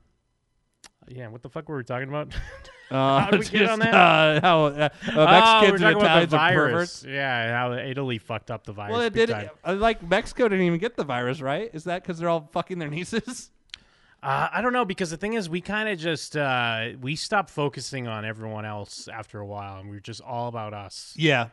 H: yeah. What the fuck were we talking about?
J: Uh,
H: how did we get
J: just,
H: on that?
J: uh, how, uh, uh,
H: oh, we're
J: Mexicans and
H: talking about
J: Italians
H: the
J: are
H: virus.
J: perverts.
H: Yeah, how Italy fucked up the virus.
J: Well, it
H: big
J: did.
H: time.
J: uh, Like Mexico didn't even get the virus, right? Is that because they're all fucking their nieces?
H: Uh, I don't know because the thing is, we kind of just uh, we stopped focusing on everyone else after a while, and we were just all about us.
J: Yeah,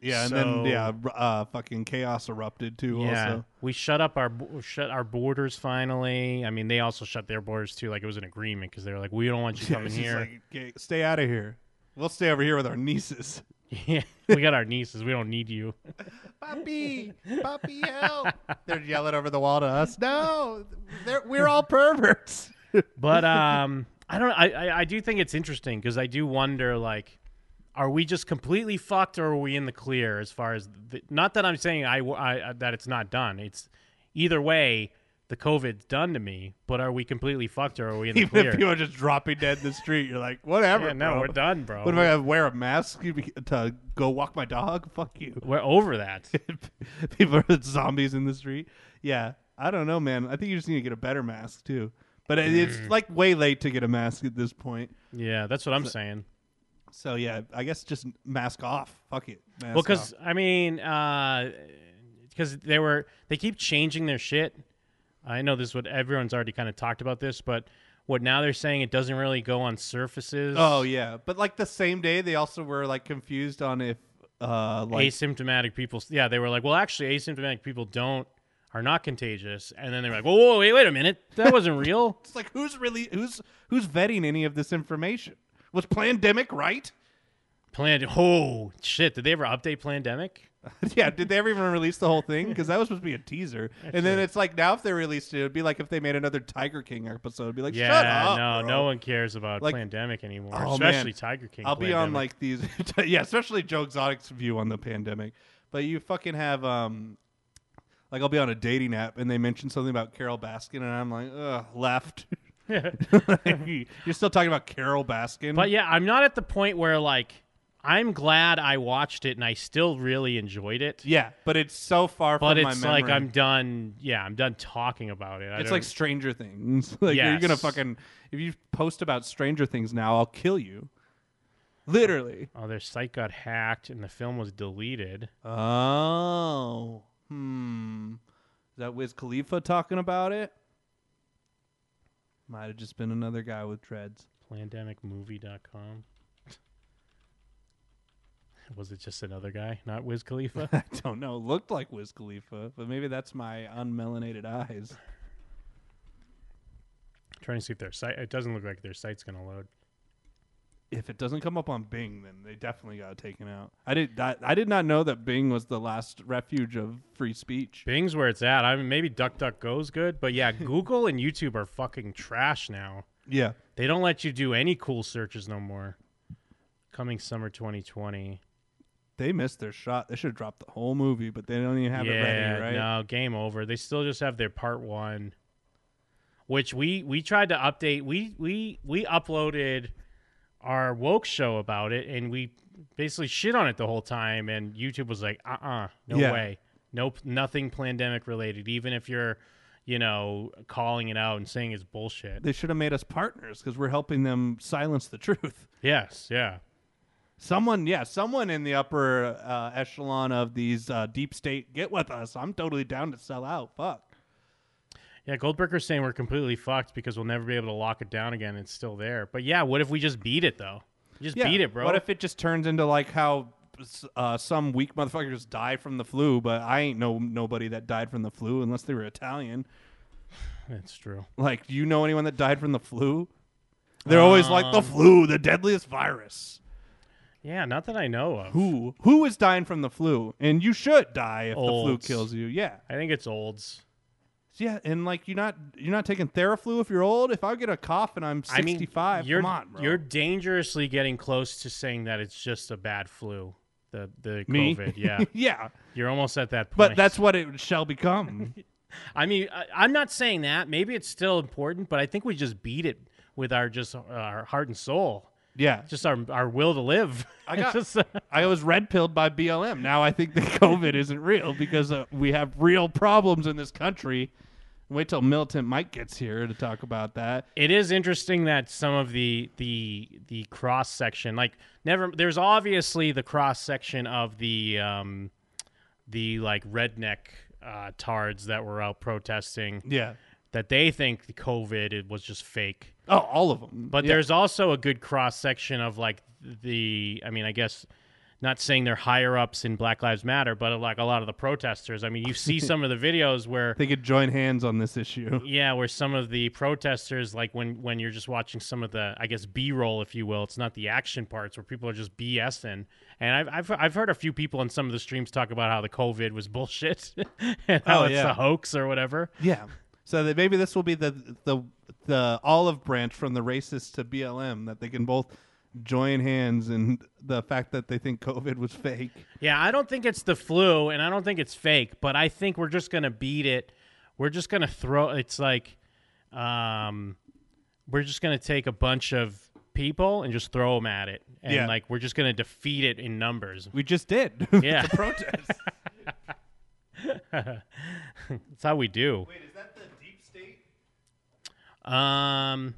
J: yeah, and
H: So-
J: then yeah, r- uh, fucking chaos erupted too. Also,
H: we shut up our bo- shut our borders finally. I mean, they also shut their borders too. Like it was an agreement because they were like, we don't want you
J: Yeah,
H: coming
J: it's just
H: here.
J: like, "Okay, stay out of here. We'll stay over here with our nieces.
H: yeah, we got our nieces. We don't need you.
J: Puppy, puppy, help! They're yelling over the wall to us. No, they're, we're all perverts.
H: But um, I don't. I I, I do think it's interesting because I do wonder like. Are we just completely fucked, or are we in the clear? As far as the, not that I'm saying I, w- I- I- that it's not done. It's either way, the COVID's done to me. But are we completely fucked, or are we in the
J: Even
H: clear?
J: if people are just dropping dead in the street, you're like, whatever.
H: Yeah, no,
J: bro.
H: we're done, bro.
J: What if I gotta wear a mask to be- to go walk my dog? Fuck you.
H: We're over that.
J: people are zombies in the street. Yeah, I don't know, man. I think you just need to get a better mask too. But it it's
H: Mm.
J: like way late to get a mask at this point.
H: yeah, that's what I'm
J: So-
H: saying.
J: So yeah, I guess just mask off. Fuck it. Mask
H: Well, 'cause
J: off.
H: I mean, because they were they keep changing their shit. I know this is what everyone's already kind of talked about this, but what now they're saying it doesn't really go on surfaces.
J: Oh yeah, but like the same day, they also were like confused on if uh like
H: asymptomatic people. Yeah, they were like, well, actually, asymptomatic people don't are not contagious, and then they were like, whoa, whoa, wait, wait a minute, that wasn't real.
J: it's like who's really who's who's vetting any of this information? Was pandemic right?
H: Planned. Oh shit! Did they ever update pandemic?
J: yeah, did they ever even release the whole thing? Because that was supposed to be a teaser, and then
H: Actually-
J: it's like now if they released it, it'd be like if they made another Tiger King episode, it'd be like,
H: yeah,
J: shut up,
H: no,
J: bro.
H: no one cares about
J: Like-
H: pandemic anymore,
J: Oh,
H: especially
J: man.
H: Tiger King.
J: I'll be on
H: Plandemic.
J: like these, yeah, especially Joe Exotic's view on the pandemic. But you fucking have, um, like, I'll be on a dating app and they mention something about Carol Baskin, and I'm like, ugh, left. You're still talking about Carol Baskin,
H: But yeah, I'm not at the point where like I'm glad I watched it and I still really enjoyed it.
J: yeah, but it's so far
H: but
J: from my
H: it's like
J: memory.
H: I'm done. Yeah, I'm done talking about it. I
J: It's
H: don't-
J: like Stranger Things. like you're gonna
H: Yes.
J: fucking if you post about Stranger Things now, I'll kill you. Literally.
H: oh, their site got hacked and the film was deleted.
J: Oh. Hmm. Is that Wiz Khalifa talking about it? Might have just been another guy with dreads.
H: Plandemicmovie.com. Was it just another guy, not Wiz Khalifa?
J: I don't know. Looked like Wiz Khalifa, but maybe that's my unmelanated eyes.
H: trying to see if their site. It doesn't look like their site's gonna load.
J: If it doesn't come up on Bing, then they definitely got it taken out. I did. I, I did not know that Bing was the last refuge of free speech.
H: Bing's where it's at. I mean, maybe DuckDuckGo's good, but yeah, Google and YouTube are fucking trash now.
J: Yeah.
H: They don't let you do any cool searches no more. Coming summer 2020.
J: They missed their shot. They should have dropped the whole movie, but they don't even have
H: yeah,
J: it ready, right?
H: no, game over. They still just have their part one, which we we tried to update. We we we uploaded our woke show about it, and we basically shit on it the whole time, and YouTube was like, uh, uh no
J: Yeah.
H: way, nope, nothing pandemic related. Even if you're, you know, calling it out and saying it's bullshit.
J: They should have made us partners because we're helping them silence the truth.
H: Yes, yeah.
J: Someone, yeah, someone in the upper uh, echelon of these uh, deep state, get with us. I'm totally down to sell out. Fuck.
H: Yeah, Goldberger's saying we're completely fucked because we'll never be able to lock it down again. It's still there. But yeah, what if we just beat it though? Just
J: Yeah,
H: beat it, bro.
J: What if it just turns into like how uh, some weak motherfuckers die from the flu? But I ain't know nobody that died from the flu unless they were Italian.
H: That's true.
J: Like, do you know anyone that died from the flu? They're always like the
H: Um,
J: flu, the deadliest virus.
H: Yeah, not that I know of.
J: Who who is dying from the flu? And you should die if the flu
H: Olds.
J: kills you. Yeah,
H: I think it's olds.
J: yeah, and like you're not you're not taking Theraflu if you're old. If I get a cough and I'm
H: I mean,
J: 65,
H: you're
J: come on, bro.
H: you're dangerously getting close to saying that it's just a bad flu. The the
J: Me?
H: COVID, yeah,
J: Yeah.
H: You're almost at that point.
J: but that's what it shall become.
H: I mean, I, I'm not saying that. Maybe it's still important, but I think we just beat it with our just our heart and soul.
J: Yeah.
H: just our our will to live.
J: I got.
H: Just- uh,
J: I was red pilled by BLM. Now I think that COVID isn't real because uh, we have real problems in this country. Wait till Militant Mike gets here to talk about that.
H: It is interesting that some of the the the cross section, like never, there's obviously the cross section of the um, the like redneck uh, tards that were out protesting.
J: Yeah.
H: that they think the COVID it was just fake.
J: Oh, all of them.
H: But
J: Yeah.
H: there's also a good cross section of like the, I mean, I guess. Not saying they're higher ups in Black Lives Matter, but like a lot of the protesters. I mean, you see some of the videos where
J: They could join hands on this issue.
H: yeah, where some of the protesters, like when when you're just watching some of the, I guess B roll, if you will, it's not the action parts where people are just BSing. And I've I've, I've heard a few people on some of the streams talk about how the COVID was bullshit, and
J: Oh,
H: how it's
J: yeah.
H: a hoax or whatever.
J: Yeah. So that maybe this will be the the the olive branch from the racists to BLM that they can both join hands and the fact that they think COVID was fake.
H: Yeah, I don't think it's the flu, and I don't think it's fake, but I think we're just gonna beat it. We're just gonna throw. It's like, um, we're just gonna take a bunch of people and just throw them at it, and
J: Yeah.
H: like we're just gonna defeat it in numbers.
J: We just did.
H: Yeah,
J: the protest.
H: That's how we do. Wait, is that the deep state? Um.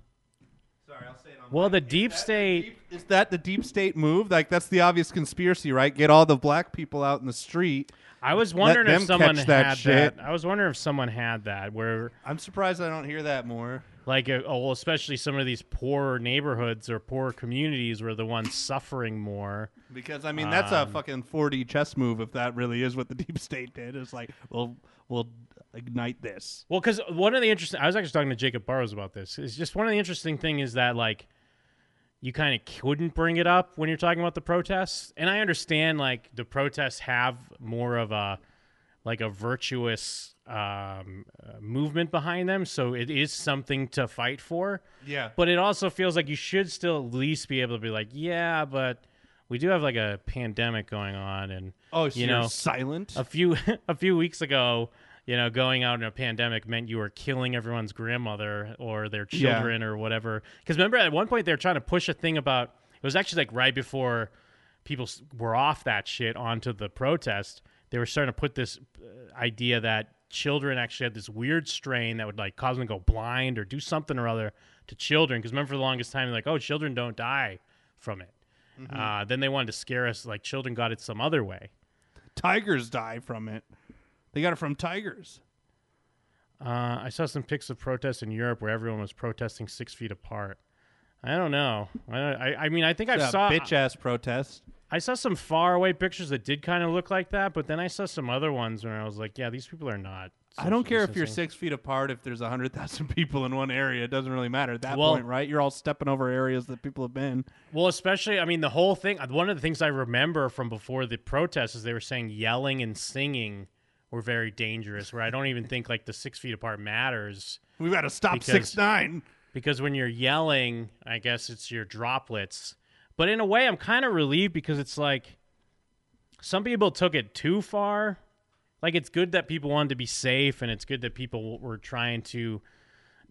H: Sorry, I'll say it on. Well, the deep state.
J: Is that the deep state move? Like that's the obvious conspiracy, right? Get all the black people out in the street.
H: I was
J: Let
H: wondering
J: them
H: if someone
J: catch
H: had
J: shit.
H: that. I was wondering if someone had that. Where
J: I'm surprised I don't hear that more.
H: Like, uh, oh, well, especially some of these poorer neighborhoods or poorer communities were the ones suffering more.
J: Because I mean, that's a
H: Um,
J: fucking 4D chess move. If that really is what the deep state did, it's like, well, we'll ignite this.
H: Well, because one of the interesting, I was actually talking to Jacob Burrows about this. Is just one of the interesting thing is that like you kind of couldn't bring it up when you're talking about the protests, and I understand like the protests have more of a like a virtuous um, uh, movement behind them, so it is something to fight for.
J: Yeah.
H: but it also feels like you should still at least be able to be like, yeah, but we do have like a pandemic going on, and
J: Oh, so
H: you
J: you're
H: know,
J: silent?
H: a few a few weeks ago, you know, going out in a pandemic meant you were killing everyone's grandmother or their
J: Yeah.
H: children or whatever. Because remember, at one point they were trying to push a thing about it was actually like right before people s- were off that shit onto the protest. They were starting to put this uh, idea that children actually had this weird strain that would like cause them to go blind or do something or other to children. Because remember, for the longest time, they're like, oh, children don't die from it.
J: Mhm.
H: Uh, then they wanted to scare us like children got it some other way.
J: Tigers die from it. They got it from tigers.
H: Uh, I saw some pics of protests in Europe where everyone was protesting six feet apart. I don't know. I I, I mean, I think I
J: Yeah,
H: saw
J: bitch-ass protest.
H: I saw some faraway pictures that did kind of look like that, but then I saw some other ones where I was like, yeah, these people are not.
J: I don't
H: social
J: care if you're
H: distancing.
J: six feet apart. If there's hundred thousand people in one area, it doesn't really matter at that
H: Well-
J: point, right? You're all stepping over areas that people have been.
H: Well, especially, I mean, the whole thing. uh, One of the things I remember from before the protests is they were saying yelling and singing were very dangerous. Where I don't even think like the six feet apart matters.
J: We've gotta stop
H: because-
J: 6ix9ine.
H: because when you're yelling, I guess it's your droplets. But in a way, I'm kind of relieved because it's like some people took it too far. Like it's good that people wanted to be safe, and it's good that people were trying to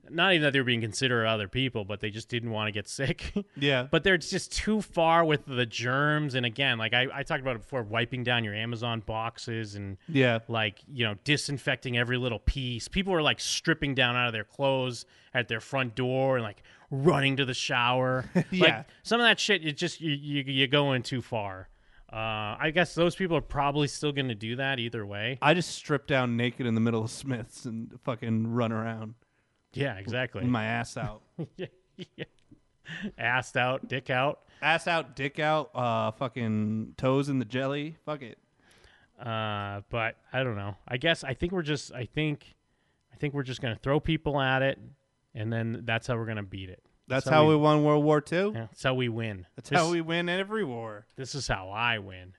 H: not even that they were being considerate of other people, but they just didn't want to get sick.
J: Yeah.
H: but they're just too far with the germs. And again, like I, I talked about it before, wiping down your Amazon boxes and
J: Yeah.
H: like you know disinfecting every little piece. People were like stripping down out of their clothes at their front door and like running to the shower.
J: Yeah.
H: like, some of that shit, it just you, you you're going too far. Uh, I guess those people are probably still going to do that either way.
J: I just strip down naked in the middle of Smith's and fucking run around.
H: Yeah, exactly.
J: My ass out.
H: yeah, yeah. Assed out, dick out.
J: Ass out, dick out, uh, fucking toes in the jelly. Fuck it.
H: Uh, but I don't know. I guess I think we're just I think I think we're just gonna throw people at it, and then that's how we're gonna beat it.
J: That's how we won World War II.
H: Yeah, that's how we win.
J: That's how we win every war.
H: This is how I win.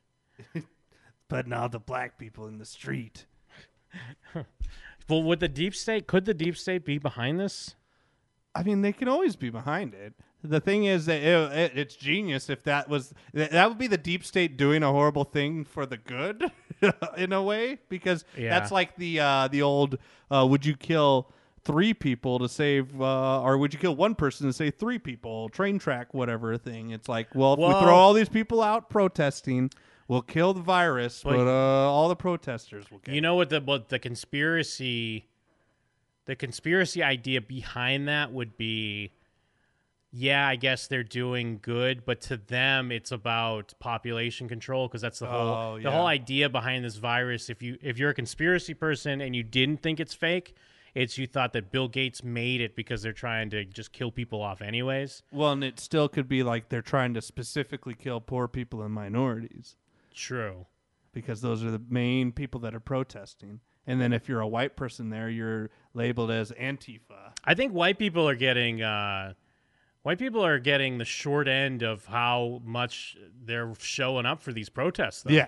J: Putting all the black people in the street.
H: Well, would the deep state? Could the deep state be behind this?
J: I mean, they can always be behind it. The thing is that it, it- it's genius if that was th- that would be the deep state doing a horrible thing for the good in a way because
I: Yeah.
J: that's like the uh, the old uh, would you kill three people to save uh, or would you kill one person to save three people train track whatever thing it's like well if we
I: Well-
J: throw all these people out protesting we'll kill the virus
H: But-
J: but, uh, all the protesters will
H: You know what the what the conspiracy, the conspiracy idea behind that would be, yeah, I guess they're doing good, but to them it's about population control because that's the whole
I: Oh,
H: the
I: yeah.
H: whole idea behind this virus. If you if you're a conspiracy person and you didn't think it's fake, it's you thought that Bill Gates made it because they're trying to just kill people off anyways.
J: well and it still could be like they're trying to specifically kill poor people and minorities
H: True.
J: because those are the main people that are protesting. And then if you're a white person there, you're labeled as Antifa.
H: I think white people are getting uh, white people are getting the short end of how much they're showing up for these protests. Though.
J: Yeah.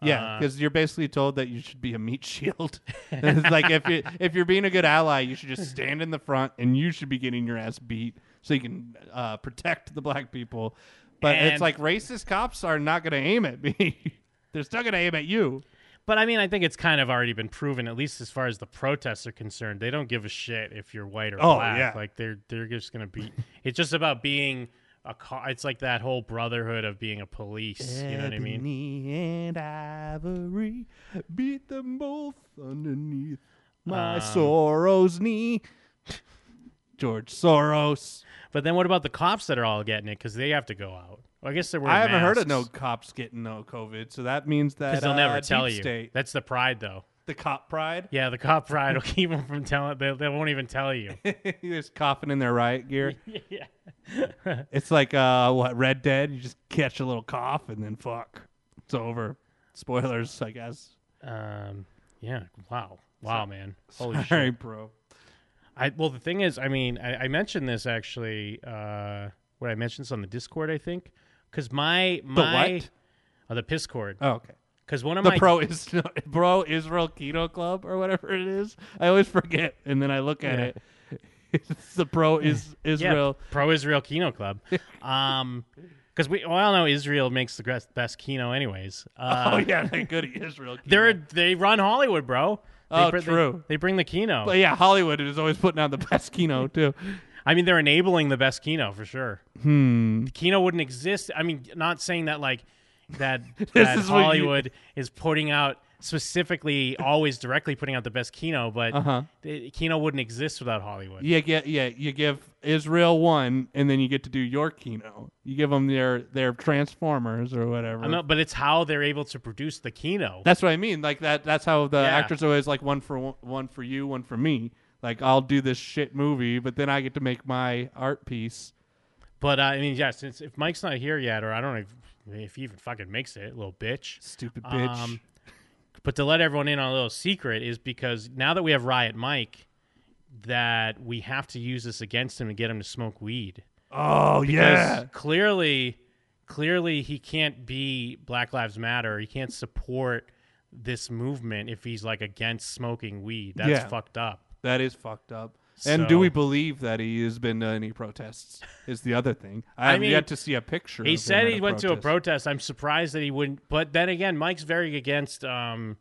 J: Yeah,
H: Uh,
J: because you're basically told that you should be a meat shield. it's like if you if you're being a good ally, you should just stand in the front and you should be getting your ass beat so you can uh, protect the black people. But
H: And-
J: it's like racist cops are not going to aim at me; they're still going to aim at you.
H: But I mean, I think it's kind of already been proven, at least as far as the protests are concerned. They don't give a shit if you're white or
J: Oh,
H: black.
J: yeah.
H: Like they're they're just gonna be. It's just about being a. Co- it's like that whole brotherhood of being a police. You know what I mean?
J: Ebony and ivory beat them both underneath my
H: Um,
J: Soros knee. George Soros.
H: But then what about the cops that are all getting it because they have to go out? Well, I guess they're wearing.
J: I haven't heard of no
H: masks.
J: cops getting no COVID, so that means that
H: Because they'll never
J: uh,
H: tell
J: Deep
H: you.
J: State,
H: That's the pride, though.
J: the cop pride.
H: Yeah, the cop pride will keep them from telling. They, they won't even tell you.
J: You're just coughing in their riot gear.
H: yeah.
J: it's like uh, what Red Dead. You just catch a little cough and then fuck, it's over. Spoilers, I guess.
H: Um. Yeah. Wow. Wow, man. Holy
J: Sorry,
H: shit,
J: bro.
H: I well, the thing is, I mean, I, I mentioned this actually. Uh, what I mentioned this on the Discord, I think, because my my
J: what?
H: Oh, the Piscord.
J: Oh, okay.
H: Because one of
J: the
H: my
J: pro is pro Israel Keto Club or whatever it is. I always forget, and then I look at
H: Yeah.
J: it. It's the pro is
H: Yeah,
J: Israel.
H: pro Israel Kino Club. um, because we all know Israel makes the gres- best Kino, anyways. Uh,
J: oh yeah, thank good Israel. Kino.
H: They're they run Hollywood, bro. They
J: Oh,
H: br- they-
J: true.
H: They, bring the Kino.
J: But yeah, Hollywood is always putting out the best Kino too.
H: I mean, they're enabling the best Kino for sure.
J: Hmm.
H: The Kino wouldn't exist. I mean, not saying that like that
J: This
H: that
J: is what you-
H: Hollywood is putting out specifically always directly putting out the best Kino, but
J: Uh-huh.
H: the- Kino wouldn't exist without Hollywood.
J: Yeah, yeah, yeah. You give Israel one, and then you get to do your Kino. You give them their their Transformers or whatever.
H: I know, but it's how they're able to produce the Kino.
J: That's what I mean. Like that. That's how the
H: Yeah.
J: actors are always like one for one, one for you, one for me. Like I'll do this shit movie, but then I get to make my art piece.
H: But uh, I mean, yeah, since if Mike's not here yet, or I don't know if, if he even fucking makes it, little bitch, Um,
J: stupid bitch.
H: but to let everyone in on a little secret is because now that we have Riot Mike, that we have to use this against him to get him to smoke weed.
J: Oh,
H: Because
J: yeah.
H: clearly, clearly he can't be Black Lives Matter. He can't support this movement if he's like against smoking weed. That's
J: Yeah.
H: fucked up.
J: That is fucked up. And do
H: So-
J: we believe that he has been to any protests? Is the other thing. I, have
H: mean,
J: yet to see a picture.
H: He
J: of him
H: said
J: at
H: he went to a
J: protest.
H: protest. I'm surprised that he wouldn't. But then again, Mike's very against um,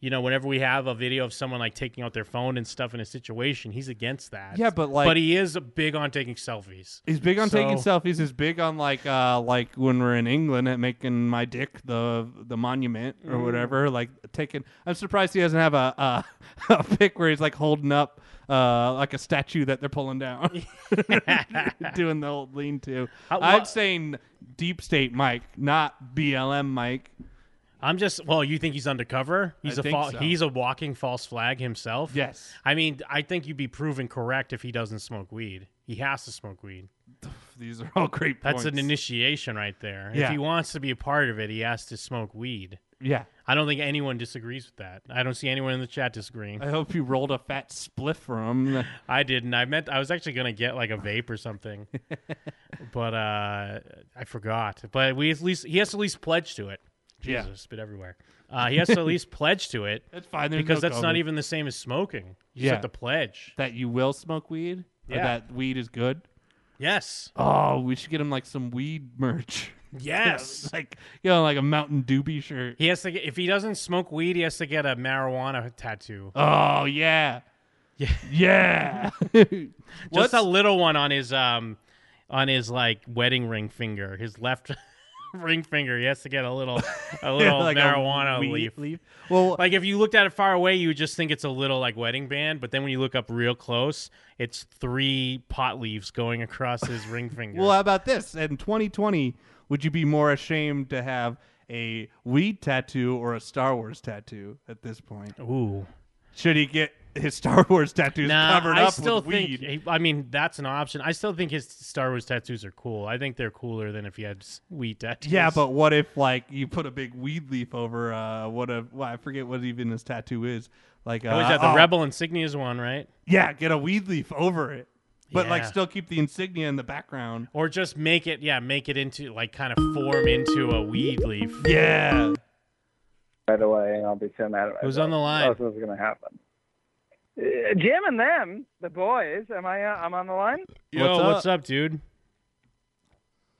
H: you know, whenever we have a video of someone like taking out their phone and stuff in a situation, he's against that.
J: Yeah, but, like-
H: but he is big on taking selfies.
J: He's big on taking
H: So-
J: selfies. He's big on like uh like when we're in England at making my dick the the monument or
P: Mm.
J: whatever. Like taking. I'm surprised he doesn't have a a, a pic where he's like holding up uh like a statue that they're pulling down, doing the old lean to.
H: Uh, wha-
J: I'm saying deep state Mike, not BLM Mike.
H: I'm just well. You think he's undercover? He's
J: I
H: a
J: think
H: fal-
J: so.
H: he's a walking false flag himself.
J: Yes.
H: I mean, I think you'd be proven correct if he doesn't smoke weed. He has to smoke weed.
J: These are all great
H: That's an
J: points.
H: initiation right there. If
J: Yeah.
H: he wants to be a part of it, he has to smoke weed.
J: Yeah.
H: I don't think anyone disagrees with that. I don't see anyone in the chat disagreeing.
J: I hope you rolled a fat spliff for him.
H: I didn't. I meant I was actually gonna get like a vape or something, but uh, I forgot. But we at least he has to at least pledge to it.
J: Yeah.
H: Jesus, spit everywhere. Uh, he has to at least pledge to it.
J: That's fine. There's
H: because
J: no
H: that's
J: COVID.
H: not even the same as smoking. You just have to pledge
J: that you will smoke weed. or
H: Yeah.
J: that weed is good.
H: Yes.
J: Oh, we should get him like some weed merch.
H: Yes.
J: like you know, like a Mountain Doobie shirt.
H: He has to get, if he doesn't smoke weed, he has to get a marijuana tattoo.
J: Oh yeah,
H: yeah,
J: yeah.
H: Just a little one on his um, on his like wedding ring finger, his left ring finger. He has to get a little a little
J: Like a
H: marijuana
J: weed
H: leaf.
J: leaf. Well,
H: like if you looked at it far away, you would just think it's a little like wedding band, but then when you look up real close, it's three pot leaves going across his ring finger.
J: Well, how about this? In 2020, would you be more ashamed to have a weed tattoo or a Star Wars tattoo at this point?
H: Ooh.
J: Should he get his Star Wars tattoos
H: Nah,
J: covered
H: I
J: up
H: still
J: with
H: think,
J: weed?
H: I mean, that's an option. I still think his Star Wars tattoos are cool. I think they're cooler than if he had s- weed tattoos.
J: Yeah, but what if like you put a big weed leaf over uh what a well, I forget what even his tattoo is. Like uh,
H: Oh, is that the
J: oh,
H: Rebel Insignias one, right?
J: Yeah, get a weed leaf over it. But like
H: Yeah.
J: still keep the insignia in the background.
H: Or just make it, yeah, make it into, like, kind of form into a weed leaf.
J: Yeah.
I: right away, and I'll be so mad at myself.
H: Who's on the line?
I: What else is going to happen? Uh, Jim and them, the boys. Am I? Uh, I'm on the line.
H: Yo, what's up, dude?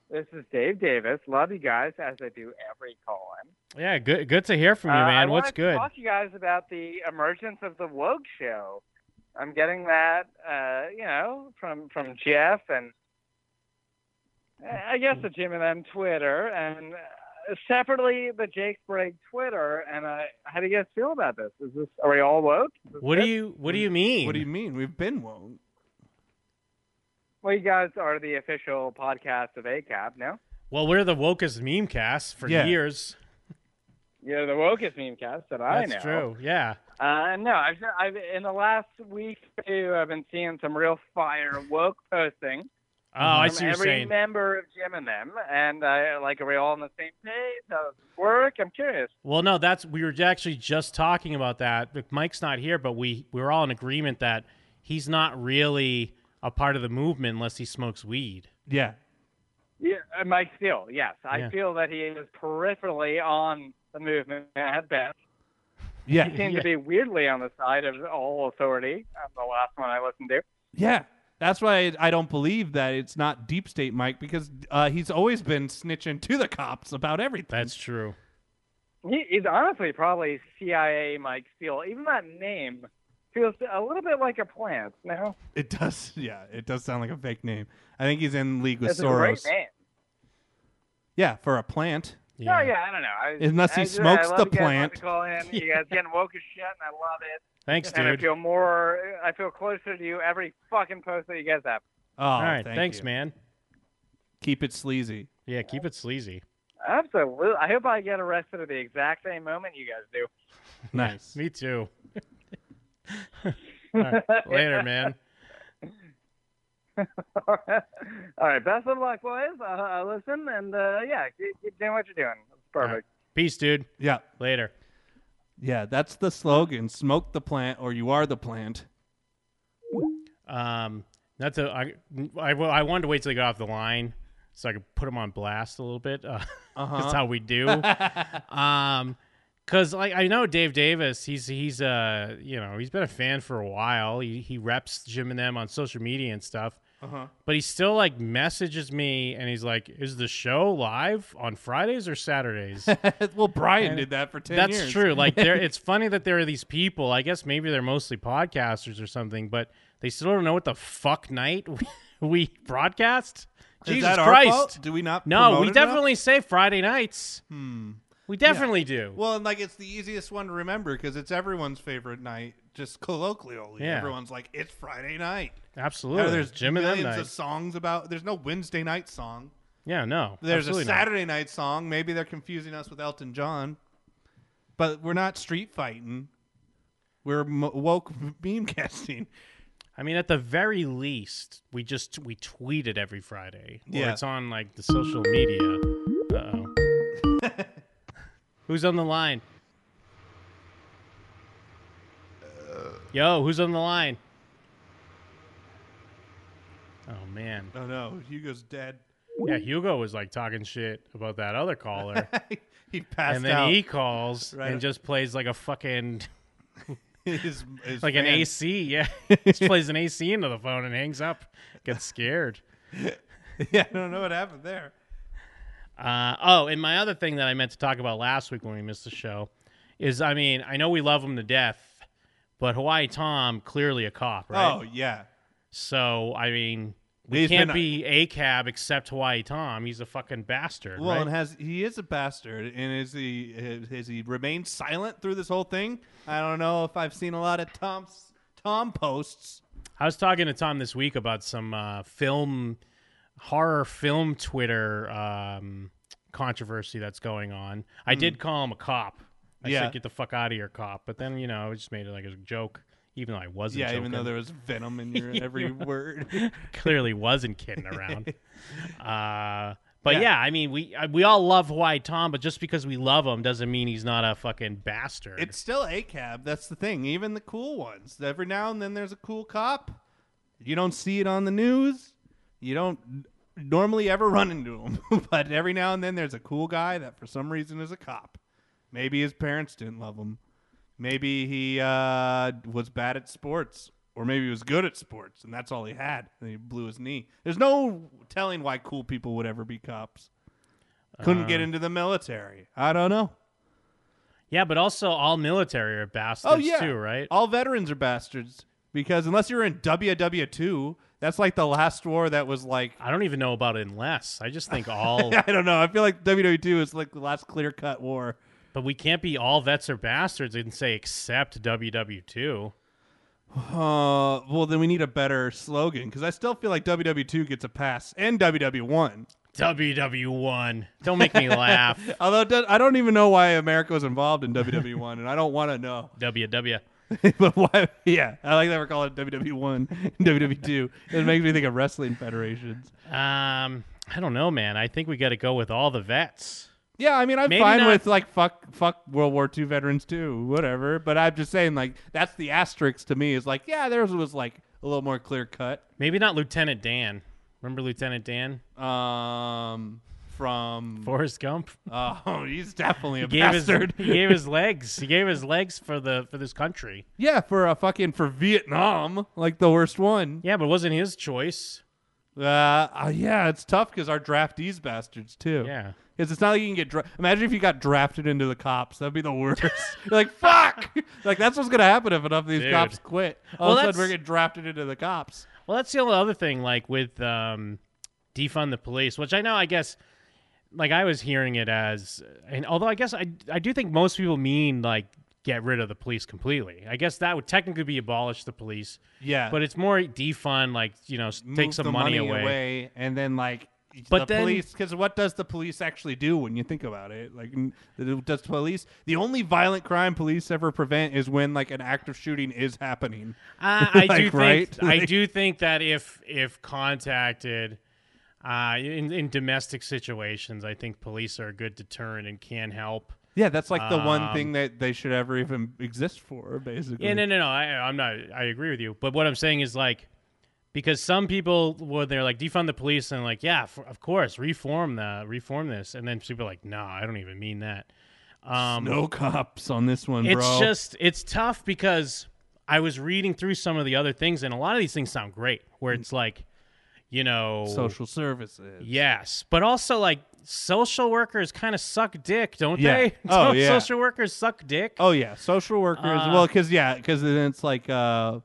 I: This is Dave Davis. Love you guys, as I do every call in.
H: Yeah, good good to hear from you,
I: Uh,
H: man.
I: I wanted
H: What's
I: to
H: good?
I: Talk to you guys about the emergence of the woke show. I'm getting that, uh, you know, from from Jeff and uh, I guess the Jim and them Twitter and uh, separately the Jake Bragg Twitter. And uh, how do you guys feel about this? Is this are we all woke? Is this
H: What do
I: it?
H: you What do you mean?
J: What do you mean? We've been won't.
I: Well, you guys are the official podcast of ACAP, no?
H: Well, we're the wokest meme cast for
I: Yeah.
H: years.
I: You're the wokest meme cast that I know.
H: That's true. Yeah. Oh,
I: Uh, no, I've, I've in the last week or two, I've been seeing some real fire woke posting.
H: Oh, I
I: from
H: see what you're
I: every
H: saying.
I: member of Jim and them, and I like are we all on the same page? How does this work? I'm curious.
H: Well, no, that's we were actually just talking about that. But Mike's not here, but we we were all in agreement that he's not really a part of the movement unless he smokes weed.
J: Yeah.
I: Yeah, uh, Mike Steele. Yes, I
H: Yeah.
I: feel that he is peripherally on the movement at best.
J: Yeah.
I: He seems
J: yeah.
I: to be weirdly on the side of all authority. I'm the last one I listened to.
J: Yeah. That's why I, I don't believe that it's not deep state Mike because uh, he's always been snitching to the cops about everything. That's
H: true.
I: He, he's honestly probably CIA Mike Steele. Even that name feels a little bit like a plant. No,
J: It does. Yeah, it does sound like a fake name. I think he's in league with
I: it's a
J: Soros.
I: great name.
J: Yeah, for a plant.
I: Yeah. Oh, yeah, I don't know. I,
J: Unless he
I: I,
J: smokes
I: I love
J: the
I: you guys. I love
J: plant.
I: to call in. You guys getting woke as shit, and I love it.
H: Thanks,
I: and I
H: dude.
I: feel more. I feel closer to you every fucking post that you guys have.
J: Oh,
H: all right.
J: thank
H: thanks,
J: you.
H: man.
J: Keep it sleazy.
H: Yeah, keep it sleazy.
I: Absolutely. I hope I get arrested at the exact same moment you guys do.
J: Nice.
H: Me too. All right, Later, man.
I: All right. Best of luck, boys. Uh, I listen, and uh, yeah, keep, keep doing what you're doing. It's perfect.
H: Peace, dude.
J: Yeah.
H: Later.
J: Yeah, that's the slogan. Smoke the plant or you are the plant.
H: Um, that's a I I, well, I wanted to wait till he got off the line so I could put him on blast a little bit. Uh,
J: Uh-huh.
H: That's how we do. um, because like I know Dave Davis, he's he's uh you know he's been a fan for a while. He he reps Jim and them on social media and stuff.
J: Uh-huh.
H: But he still like messages me and he's like, "Is the show live on Fridays or Saturdays?"
I: well, Brian did that for 10
H: That's
I: years.
H: true. Like there it's funny that there are these people. I guess maybe they're mostly podcasters or something, but they still don't know what the fuck night we, we broadcast.
J: Is
H: Jesus
J: that our
H: Christ.
J: fault? Do we not
H: No,
J: promote
H: we
J: it enough?
H: definitely say Friday nights.
J: Hmm.
H: We definitely do.
J: Well, and like it's the easiest one to remember because it's everyone's favorite night. Just colloquially,
H: Yeah.
J: everyone's like, "It's Friday night."
H: Absolutely.
J: Now, there's
H: Jim and them
J: millions of
H: night.
J: songs about. There's no Wednesday night song.
H: Yeah, no.
J: There's
H: absolutely
J: a
H: not.
J: Saturday night song. Maybe they're confusing us with Elton John, but we're not street fighting. We're mo- woke meme casting.
H: I mean, at the very least, we just we tweet it every Friday. Or
J: Yeah.
H: it's on like the social media. Uh oh. who's on the line? Yo, who's on the line? Oh man.
J: Oh no, Hugo's dead.
H: Yeah, Hugo was like talking shit about that other caller.
J: he passed
H: And then
J: out.
H: he calls
J: Right.
H: and just plays like a fucking
J: His- his
H: like an
J: fan.
H: AC, yeah. just plays an AC into the phone and hangs up. Gets scared.
J: yeah, I don't know what happened there.
H: Uh, oh, and my other thing that I meant to talk about last week when we missed the show is, I mean, I know we love him to death, but Hawaii Tom clearly a cop, right?
J: Oh yeah,
H: So I mean, we
J: He's
H: can't
J: been-
H: be a cab except Hawaii Tom. He's a fucking bastard.
J: Well,
H: right?
J: and has he is a bastard, and is he has- has he remained silent through this whole thing? I don't know if I've seen a lot of Tom's Tom posts.
H: I was talking to Tom this week about some uh, film horror film Twitter um, controversy that's going on. I
I: Hmm.
H: did call him a cop. I
I: Yeah.
H: said, "Get the fuck out of here, cop!" But then you know, I just made it like a joke, even though I wasn't.
J: Yeah, even though
H: joking.
J: there was venom in your every word.
H: Clearly wasn't kidding around. Uh, but
J: Yeah.
H: yeah. I mean, we I- we all love Hawaii Tom, but just because we love him doesn't mean he's not a fucking bastard.
J: It's still a cab. That's the thing. Even the cool ones. Every now and then, there's a cool cop. You don't see it on the news. You don't n- normally ever run into him, but every now and then, there's a cool guy that for some reason is a cop. Maybe his parents didn't love him. Maybe he uh, was bad at sports, or maybe he was good at sports, and that's all he had. And he blew his knee. There's no telling why cool people would ever be cops. Couldn't get
H: Uh.
J: into the military. I don't know.
H: yeah, but also all military are bastards
J: Oh yeah,
H: too, right?
J: All veterans are bastards because unless you were in WW two, that's like the last war that was like
H: I don't even know about unless. I just think all.
J: I don't know. I feel like WW two is like the last clear cut war.
H: But we can't be all vets are bastards and say except WW two.
J: Uh, well, then we need a better slogan because I still feel like WW two gets a pass and WW one.
H: WW one. Don't make me laugh.
J: Although it does- I don't even know why America was involved in WW one, and I don't want to know.
H: WW.
J: but why? Yeah, I like that we're calling it WW one, WW two. It makes me think of wrestling federations.
H: Um, I don't know, man. I think we got to go with all the vets.
J: Yeah, I mean, I'm
H: Maybe
J: fine
H: not-
J: with like fuck, fuck World War II veterans too, whatever. But I'm just saying, like, that's the asterisk to me is like, yeah, theirs was like a little more clear cut.
H: Maybe not Lieutenant Dan. Remember Lieutenant Dan?
J: Um, from
H: Forrest Gump.
J: Oh, he's definitely a
H: he Uh, gave
J: bastard.
H: His, he gave his legs. He gave his legs for the for this country.
J: yeah, for a fucking for Vietnam, like the worst one.
H: Yeah, but wasn't his choice.
J: Uh, uh, yeah, it's tough because our draftees bastards too.
H: Yeah.
J: Because it's not like you can get. Dra- Imagine if you got drafted into the cops. That'd be the worst. You're like, fuck. like that's what's gonna happen if enough of these
H: Dude.
J: cops quit. All
H: Well,
J: of a
H: that's-
J: sudden, we're getting drafted into the cops.
H: Well, that's the only other thing, like with um, defund the police, which I know, I guess, like I was hearing it as, and although I guess I, I do think most people mean like get rid of the police completely. I guess that would technically be abolish the police.
J: Yeah.
H: But it's more defund, like, you know, s- take
J: Move
H: some
J: the
H: money, away.
J: and then like.
H: But
J: the
H: then-
J: police, because what does the police actually do when you think about it? Like, n- does police the only violent crime police ever prevent is when like an active shooting is happening?
H: Uh, I do
J: Like,
H: think
J: right?
H: I
J: Like-
H: do think that if if contacted uh, in in domestic situations, I think police are a good deterrent and can help.
J: Yeah, that's like the one
H: Um,
J: thing that they should ever even exist for, basically.
H: Yeah, no, no, no. I, I'm not. I agree with you. But what I'm saying is like, because some people when they're like defund the police and like, yeah, for, of course, reform the reform this, and then people are like, no, I don't even mean that. Um,
J: no cops on this one,
H: it's
J: bro.
H: just it's tough because I was reading through some of the other things, and a lot of these things sound great. Where it's like, you know
J: Social services.
H: Yes, but also like social workers kind of suck dick, don't
J: Yeah.
H: they?
J: Oh,
H: Don't
J: yeah.
H: Social workers suck dick.
J: Oh yeah, social workers.
H: Uh,
J: well, because yeah, because then it's like uh,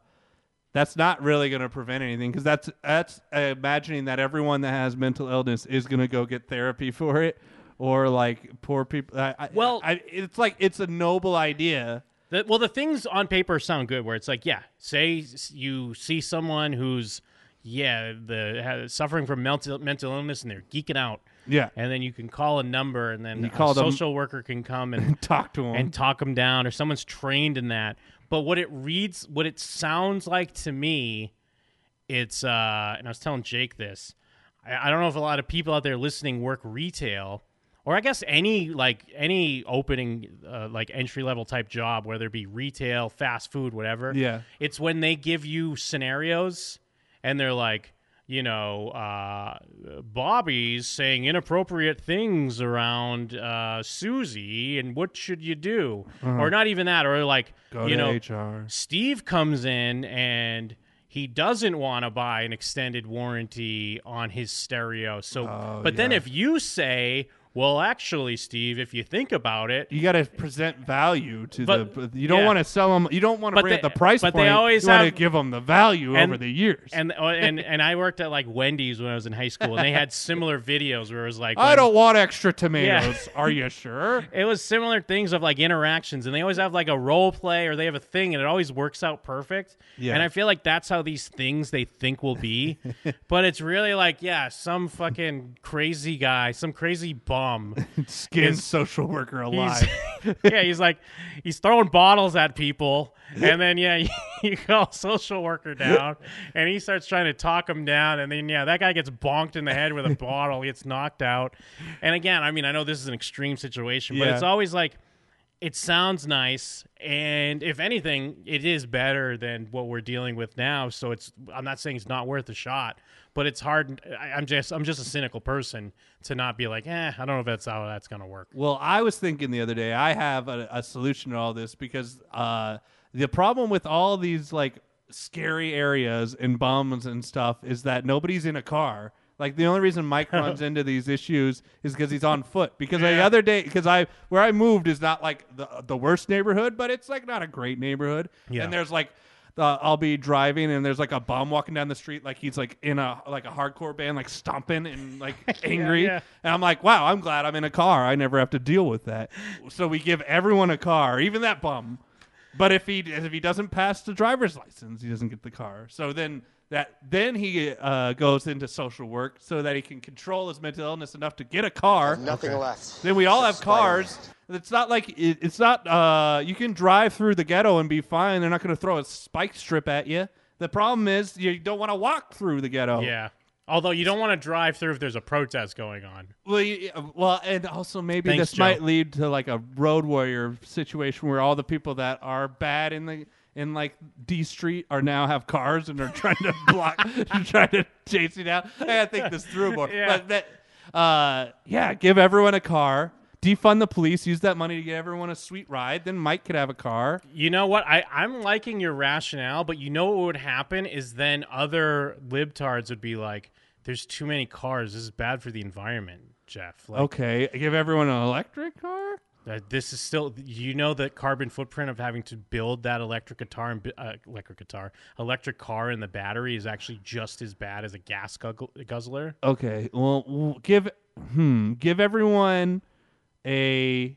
J: that's not really going to prevent anything. Because that's that's uh, imagining that everyone that has mental illness is going to go get therapy for it, or like poor people. I, I, well, I, it's like it's a noble idea.
H: The, well, the things on paper sound good. Where it's like, yeah, say s- you see someone who's yeah the has, suffering from mental mental illness and they're geeking out.
J: Yeah.
H: and then you can call a number, and then
J: You
H: a
J: call them-
H: social worker can come and
J: talk to 'em.
H: and talk them down, or someone's trained in that. But what it reads, what it sounds like to me, it's uh, and I was telling Jake this. I, I don't know if a lot of people out there listening work retail, or I guess any like any opening uh, like entry level type job, whether it be retail, fast food, whatever.
J: Yeah.
H: it's when they give you scenarios, and they're like. You know, uh, Bobby's saying inappropriate things around uh, Susie, and what should you do?
J: Uh-huh.
H: Or not even that, or like
J: Go to
H: you know,
J: HR.
H: Steve comes in and he doesn't want to buy an extended warranty on his stereo. So, but
J: Oh,
H: then
J: yeah.
H: if you say, "Well, actually, Steve, if you think about it,"
J: You got to present value to
H: But-
J: the. You don't
H: yeah.
J: want to sell them. You don't want to
H: But
J: bring up
H: they-
J: the price
H: but they
J: point.
H: always
J: you want to
H: have-
J: give them the value over the years.
H: and oh, and and I worked at like Wendy's when I was in high school, and they had similar videos where it was like,
J: I
H: when-
J: don't want extra tomatoes.
H: Yeah.
J: Are you sure?
H: It was similar things of like interactions, and they always have like a role play or they have a thing, and it always works out perfect.
J: Yeah.
H: And I feel like that's how these things they think will be, but it's really like yeah, some fucking crazy guy, some crazy bum,
J: Skin
H: is-
J: social worker
H: he's-
J: alive.
H: yeah, he's like he's throwing bottles at people, and then yeah, you, you call a social worker down, and he starts trying to talk him down, and then yeah, that guy gets bonked in the head with a bottle, gets knocked out, and again, I mean, I know this is an extreme situation, but
J: Yeah.
H: it's always like it sounds nice, and if anything, it is better than what we're dealing with now. So it's I'm not saying it's not worth a shot. But it's hard. I, I'm just I'm just a cynical person to not be like, eh, I don't know if that's how that's gonna work.
J: Well, I was thinking the other day, I have a, a solution to all this because uh, the problem with all these like scary areas and bombs and stuff is that nobody's in a car. Like the only reason Mike runs into these issues is because he's on foot. Because the
Q: Yeah.
J: other day, because I where I moved is not like the the worst neighborhood, but it's like not a great neighborhood.
Q: Yeah.
J: And there's like uh, I'll be driving and there's like a bum walking down the street, like he's like in a like a hardcore band, like stomping and like angry.
Q: yeah.
J: And I'm like, wow, I'm glad I'm in a car. I never have to deal with that. So we give everyone a car, even that bum. But if he if he doesn't pass the driver's license, he doesn't get the car. So then that then he uh, goes into social work so that he can control his mental illness enough to get a car.
I: Nothing left.
J: Then we all have cars. It's not like it, it's not. Uh, you can drive through the ghetto and be fine. They're not going to throw a spike strip at you. The problem is you don't want to walk through the ghetto.
H: Yeah. Although you don't want to drive through if there's a protest going on.
J: Well, you, um, well, and also maybe
H: Thanks,
J: this
H: Joe.
J: might lead to like a road warrior situation where all the people that are bad in the in like D Street are now have cars and are trying to block, trying to chase you down. I gotta think this through more.
Q: Yeah.
J: But that, uh, yeah, give everyone a car, defund the police, use that money to get everyone a sweet ride. Then Mike could have a car.
H: You know what? I, I'm liking your rationale, but you know what would happen is then other libtards would be like, there's too many cars. This is bad for the environment, Jeff. Like,
J: okay, give everyone an electric car.
H: Uh, this is still, you know, the carbon footprint of having to build that electric guitar and bi- uh, electric guitar, electric car, and the battery is actually just as bad as a gas guzzle- guzzler.
J: Okay. Well, w- give hmm, give everyone a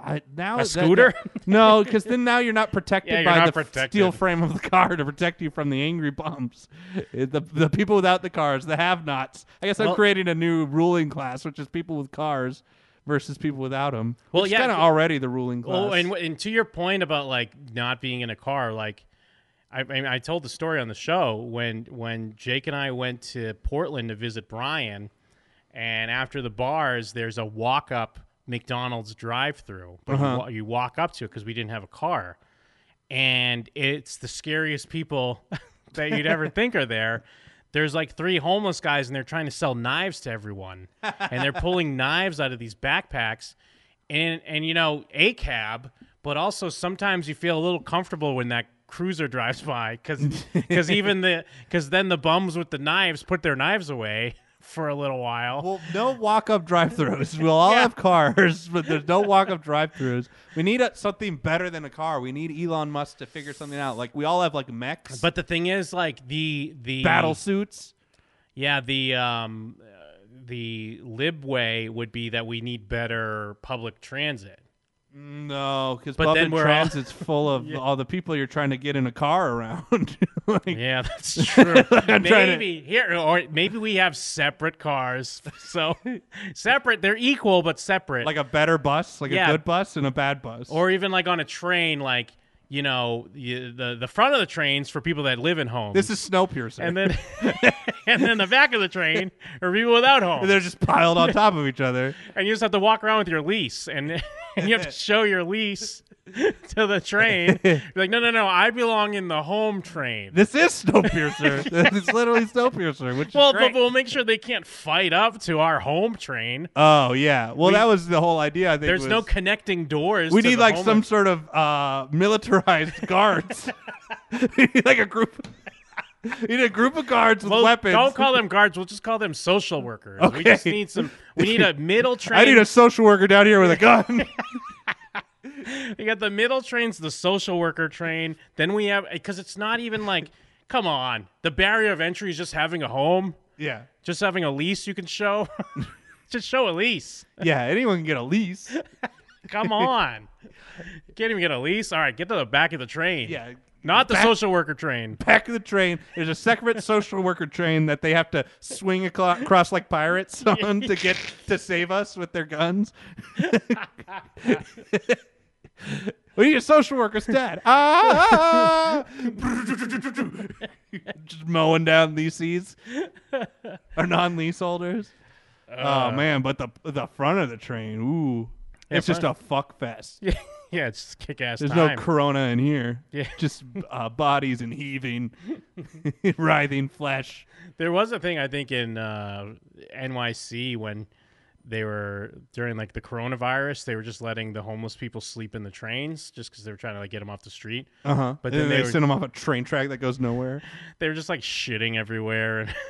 J: I now
H: A
J: that-
H: scooter?
J: that- no, because then now you're not protected
H: Yeah, you're
J: by
H: not
J: the f-
H: protected.
J: steel frame of the car to protect you from the angry bumps. Eh, The the people without the cars, the have-nots. I guess I'm
H: Well-
J: creating a new ruling class, which is people with cars versus people without them.
H: Well, yeah,
J: kind of
H: c-
J: already the ruling class.
H: Oh, and, and to your point about like not being in a car, like I, I, mean, I told the story on the show when when Jake and I went to Portland to visit Brian, and after the bars, there's a walk up McDonald's drive through, but
J: Uh-huh.
H: you, wa- you walk up to it because we didn't have a car, and it's the scariest people that you'd ever think are there. There's like three homeless guys and they're trying to sell knives to everyone, and they're pulling knives out of these backpacks and and you know a cab but also sometimes you feel a little comfortable when that cruiser drives by because because even the because then the bums with the knives put their knives away for a little while.
J: Well, no walk-up drive-throughs. We'll all have cars, but there's no walk-up drive-throughs. We need a, something better than a car. We need Elon Musk to figure something out. Like we all have like mechs,
H: But the thing is, like the the
J: battle suits.
H: Yeah, the um, uh, the libway would be that we need better public transit.
J: No, because
H: But then
J: public
H: we're all-
J: transit's full of
H: Yeah.
J: all the people you're trying to get in a car around. Like-
H: yeah, that's true.
J: I'm trying to-
H: maybe here, or maybe we have separate cars. So separate, they're equal but separate.
J: like a better bus, like
H: Yeah.
J: a good bus and a bad bus.
H: or even like on a train, like you know, you, the the front of the trains for people that live in homes.
J: This is Snowpiercer.
H: and then and then the back of the train are people without homes.
J: they're just piled on top of each other.
H: and you just have to walk around with your lease and and you have to show your lease to the train. You're like, no, no, no, I belong in the home train.
J: This is Snowpiercer. this is literally Snowpiercer, which
H: Well,
J: is great.
H: but we'll make sure they can't fight up to our home train.
J: oh yeah. Well,
H: We-
J: that was the whole idea. I think
H: There's
J: was-
H: no connecting doors.
J: We
H: to
J: need
H: the
J: like
H: home-
J: some sort of uh, militarized guards. We need, like a group. You need a group of guards with
H: Well,
J: weapons.
H: Don't call them guards. We'll just call them social workers. We
J: Okay.
H: just need some. We need a middle train.
J: I need a social worker down here with a gun.
H: You got the middle trains, the social worker train. Then we have because it's not even like, come on, the barrier of entry is just having a home.
J: Yeah.
H: just having a lease you can show. just show a lease.
J: yeah, anyone can get a lease.
H: Come on, you can't even get a lease. All right, get to the back of the train.
J: Yeah.
H: not the
J: Back-
H: social worker train.
J: Back of the train. There's a separate social worker train that they have to swing aclo- across like pirates on to get to save us with their guns. we need a social worker's dad. Ah! Just mowing down leases or non-leaseholders. oh
H: Uh.
J: man, but the the front of the train, ooh,
H: Yeah,
J: it's just a
H: front-
J: fuck fest.
H: Yeah, yeah, it's just kick ass.
J: There's
H: time.
J: no corona in here.
H: Yeah.
J: Just uh, bodies and heaving, writhing flesh.
H: There was a thing I think in uh, NYC when they were during like the coronavirus, they were just letting the homeless people sleep in the trains just because they were trying to like get them off the street.
J: Uh huh.
H: But then
J: they,
H: they, were,
J: send them off a train track that goes nowhere.
H: they were just like shitting everywhere and.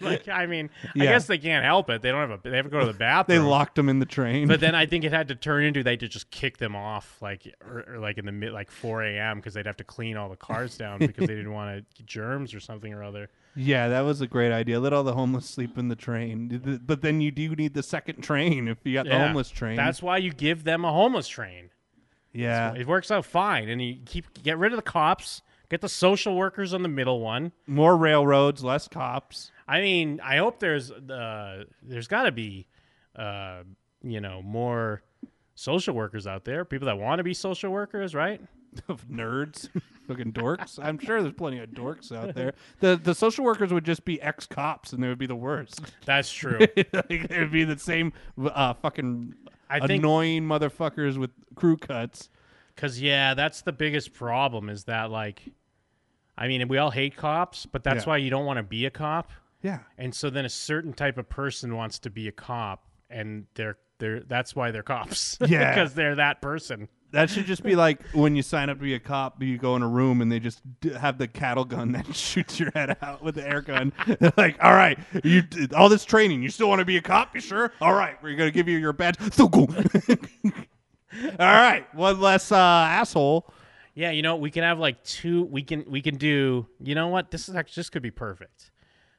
H: like I mean, I
J: Yeah.
H: guess they can't help it. They don't have a. They have to go to the
J: They
H: bathroom.
J: locked them in the train.
H: But then I think it had to turn into they had to just kick them off like or, or like in the mid like 4 a.m. because they'd have to clean all the cars down because they didn't want to germs or something or other.
J: yeah, that was a great idea. Let all the homeless sleep in the train. Th- th- But then you do need the second train if you got the
H: Yeah.
J: homeless train.
H: That's why you give them a homeless train.
J: yeah.
H: It works out fine, and you keep get rid of the cops, get the social workers on the middle one.
J: More railroads, less cops.
H: I mean, I hope there's uh, there's got to be uh, you know more social workers out there, people that want to be social workers, right?
J: of nerds, fucking dorks. I'm sure there's plenty of dorks out there. The the social workers would just be ex cops, and they would be the worst.
H: That's true.
J: like, it would be the same uh, fucking
H: I think-
J: annoying motherfuckers with crew cuts.
H: Cause yeah, that's the biggest problem is that like, I mean, we all hate cops, but that's
J: Yeah.
H: why you don't want to be a cop.
J: Yeah.
H: And so then a certain type of person wants to be a cop, and they're they're that's why they're cops.
J: Yeah.
H: because they're that person.
J: That should just be like when you sign up to be a cop, you go in a room and they just d- have the cattle gun that shoots your head out with the air gun. like, all right, you did all this training, you still want to be a cop? You sure? All right, we're gonna give you your badge. all right, one less uh, asshole.
H: Yeah, you know, we can have like two. We can we can do. You know what? This is actually this could be perfect.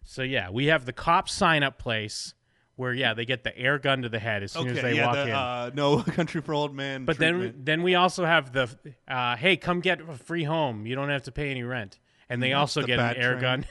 H: So yeah, we have the cop sign up place where yeah they get the air gun to the head as soon as they
J: yeah,
H: walk
J: the,
H: in.
J: Uh, no country for old man.
H: But then, then we also have the uh, hey, come get a free home. You don't have to pay any rent, and they
J: Mm,
H: also
J: the
H: get an
J: bad
H: air
J: train.
H: gun.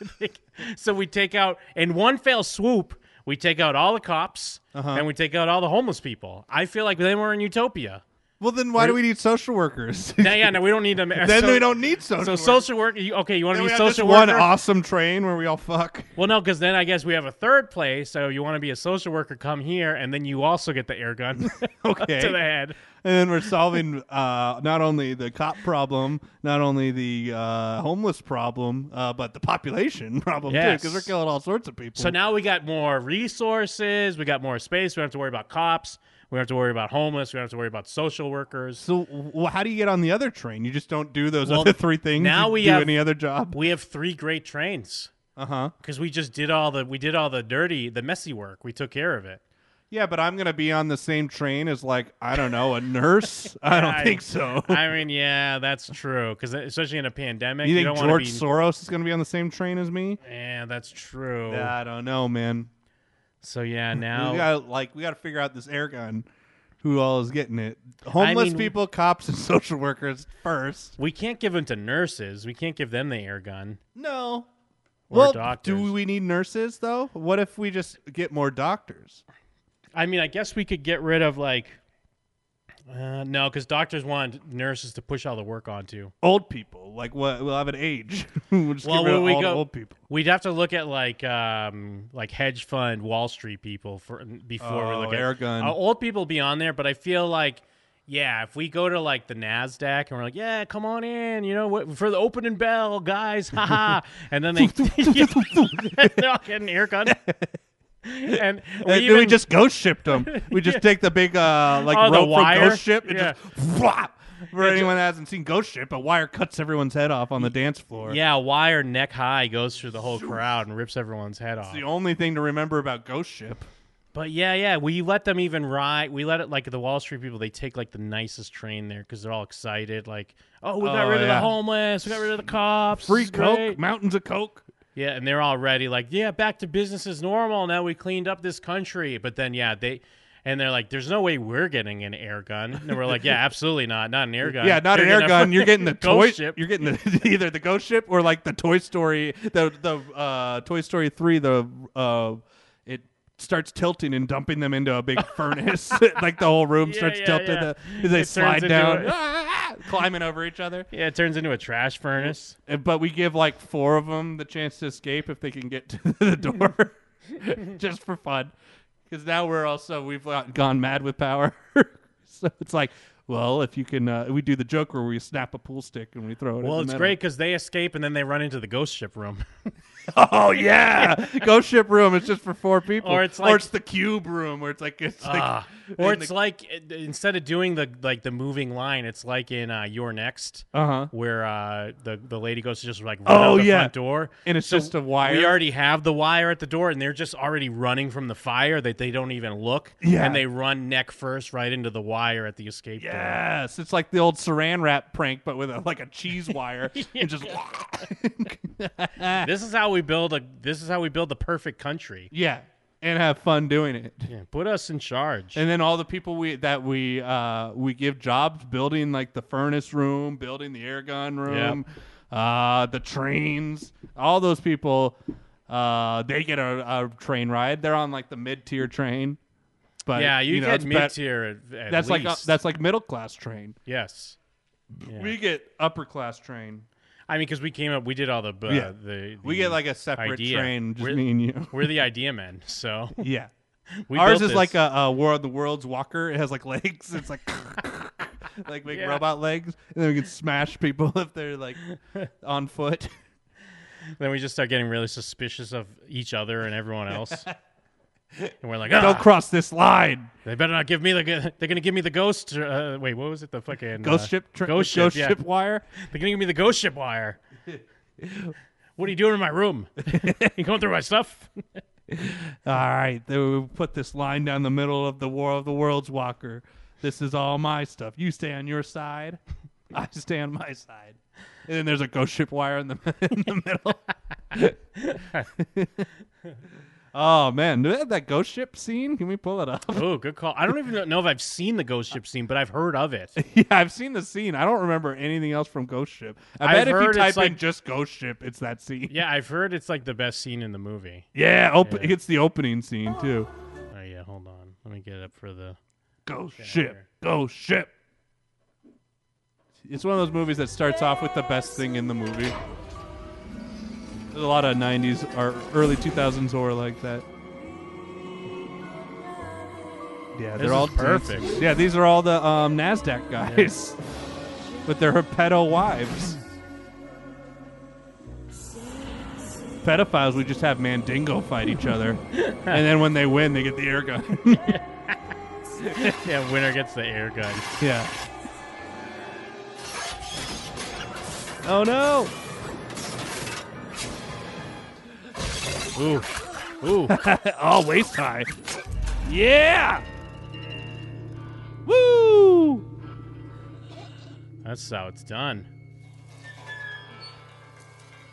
H: so we take out in one fell swoop. We take out all the cops,
J: Uh-huh.
H: and we take out all the homeless people. I feel like then we're in utopia.
J: well, then why do we need social workers?
H: Now, yeah, no, we don't need them.
J: Then we don't need social
H: So
J: workers.
H: social work. you- Okay, you want
J: Then
H: to
J: we
H: be
J: have just
H: social
J: one
H: worker?
J: awesome train where we all fuck.
H: Well, no, because then I guess we have a third place. So you want to be a social worker? Come here, and then you also get the air gun
J: Okay.
H: to the head.
J: then we're solving uh, not only the cop problem, not only the uh, homeless problem, uh, but the population problem
H: Yes.
J: too, because we're killing all sorts of people.
H: So now we got more resources, we got more space, we don't have to worry about cops, we don't have to worry about homeless, we don't have to worry about social workers.
J: So well, how do you get on the other train? You just don't do those other three things.
H: Now
J: You
H: we
J: do
H: have
J: any other job.
H: We have three great trains.
J: Uh huh.
H: Because we just did all the we did all the dirty, the messy work. We took care of it.
J: Yeah, but I'm gonna be on the same train as like I don't know a nurse. I don't think so.
H: I mean, yeah, that's true. Because especially in a pandemic,
J: you
H: you,
J: think
H: don't want
J: George
H: to be.
J: Soros is gonna be on the same train as me?
H: yeah, that's true.
J: I don't know, man.
H: So yeah, now
J: we gotta like we gotta figure out this air gun. Who all is getting it? Homeless
H: mean-
J: people, cops, and social workers first.
H: We can't give them to nurses. We can't give them the air gun.
J: No.
H: Or
J: well,
H: doctors.
J: do we need nurses though? What if we just get more doctors?
H: I mean, I guess we could get rid of like. Uh, no, because doctors want nurses to push all the work onto.
J: Old people, like what? We'll have an age. we'll just
H: well,
J: get rid
H: when
J: of
H: we
J: all the
H: go,
J: old people.
H: we'd have to look at like um, like hedge fund, Wall Street people for before we
J: Oh,
H: look at
J: air gun.
H: Uh, old people be on there, but I feel like yeah, if we go to like the Nasdaq and we're like, yeah, come on in, you know, what, for the opening bell, guys, haha, and then they they're all getting air gun. And
J: And
H: we,
J: then
H: even,
J: we just ghost shipped them. We just
H: Yeah.
J: take the big uh, like
H: Oh, the
J: rope from
H: wire?
J: Ghost Ship and
H: Yeah.
J: just flop. For
H: Yeah, ju-
J: anyone that hasn't seen Ghost Ship, a wire cuts everyone's head off on the dance floor.
H: yeah, wire neck high goes through the whole crowd and rips everyone's head off.
J: It's the only thing to remember about Ghost Ship.
H: But yeah, yeah, we let them even ride. We let it like the Wall Street people. They take like the nicest train there because they're all excited. Like, oh, we got
J: Oh,
H: rid of the
J: yeah.
H: homeless. We got rid of the cops.
J: Free
H: it's
J: Coke,
H: great."
J: mountains of Coke.
H: Yeah, and they're already like, yeah, back to business as normal. Now we cleaned up this country. But then yeah, they and they're like, there's no way we're getting an air gun. And we're like, yeah, absolutely not. Not an air gun.
J: Yeah, not
H: They're
J: an air
H: gonna-
J: gun. You're getting the toy.
H: Ghost ship.
J: You're getting the, either the Ghost Ship or like the Toy Story, the the uh, Toy Story three. The uh, it starts tilting and dumping them into a big furnace. like the whole room
H: Yeah,
J: starts
H: yeah,
J: tilting.
H: yeah.
J: The, they
H: It turns
J: slide
H: into
J: down. Ah,
H: a-
J: climbing over each other.
H: Yeah, it turns into a trash furnace.
J: Uh, But we give like four of them the chance to escape if they can get to the door, just for fun. Because now we're also we've got- gone mad with power, so it's like, well, if you can, uh, we do the joke where we snap a pool stick and we throw it.
H: Well,
J: at
H: it's
J: the
H: great because they escape and then they run into the ghost ship room.
J: middle. Oh yeah, ghost ship room. It's just for four people,
H: Or it's like-
J: the cube room where it's like it's like,
H: Ah. or
J: and
H: it's
J: the-
H: like uh, instead of doing the like the moving line, it's like in uh, Your Next,
J: Uh-huh.
H: where uh, the the lady goes to just like run out
J: Oh,
H: the
J: yeah.
H: front door,
J: And it's just a wire.
H: We already have the wire at the door, and they're just already running from the fire that they don't even look.
J: Yeah.
H: and they run neck first right into the wire at the escape door.
J: yes, it's like the old Saran wrap prank, but with a, like a cheese wire and just.
H: this is how we build a. This is how we build the perfect country.
J: Yeah, and have fun doing it.
H: Yeah, put us in charge.
J: And then all the people we that we uh, we give jobs building like the furnace room, building the air gun room, uh, the trains. All those people, uh, they get a, a train ride. They're on like the mid tier train. But
H: yeah, you,
J: know,
H: get
J: it's bet-
H: mid tier. At, at
J: that's like uh,
H: least.
J: that's like middle class train.
H: yes. Yeah.
J: We get upper class train.
H: I mean, because we came up, we did all the, uh,
J: Yeah.
H: the,
J: We
H: the
J: get, like, a separate
H: idea.
J: train, just
H: we're,
J: me and you.
H: We're the idea men, so
J: Yeah.
H: we
J: Ours
H: built
J: is
H: this.
J: like uh, a, a War of the Worlds walker. It has like legs. It's like like big
H: Yeah.
J: robot legs, and then we can smash people if they're like on foot.
H: Then we just start getting really suspicious of each other and everyone else, and we're like,
J: Don't
H: "Ah,
J: cross this line.
H: They better not give me the. g- They're gonna give me the ghost. Uh, wait, what was it? The fucking
J: Ghost
H: uh,
J: ship tra-
H: ghost ship.
J: ghost
H: yeah.
J: ship wire?
H: They're gonna give me the ghost ship wire. what are you doing in my room? you going through my stuff?
J: All right, they will put this line down the middle of the War of the Worlds walker. This is all my stuff. You stay on your side. I stay on my side. And then there's a ghost ship wire in the in the middle. oh man, do they have that ghost ship scene? Can we pull it up?
H: oh, good call. I don't even know if I've seen the ghost ship scene, but I've heard of it.
J: Yeah, I've seen the scene. I don't remember anything else from Ghost Ship. I
H: I've
J: bet if you
H: heard it's
J: type in
H: like-
J: just Ghost Ship, it's that scene.
H: Yeah, I've heard it's like the best scene in the movie.
J: Yeah, open. It's the opening scene too.
H: Oh yeah, hold on. Let me get up for the
J: Ghost Ship, Ghost Ship. It's one of those movies that starts off with the best thing in the movie. There's a lot of '90s or early 2000s horror like that. Yeah,
I: This
J: they're all
I: is perfect.
J: dancing. Yeah, these are all the um, Nasdaq guys with their pedo wives. Pedophiles, we just have Mandingo fight each other, and then when they win, they get the air gun.
H: yeah, winner gets the air gun.
J: yeah. Oh no!
I: Ooh. Ooh.
J: oh, waist high.
I: Yeah. Woo!
H: That's how it's done.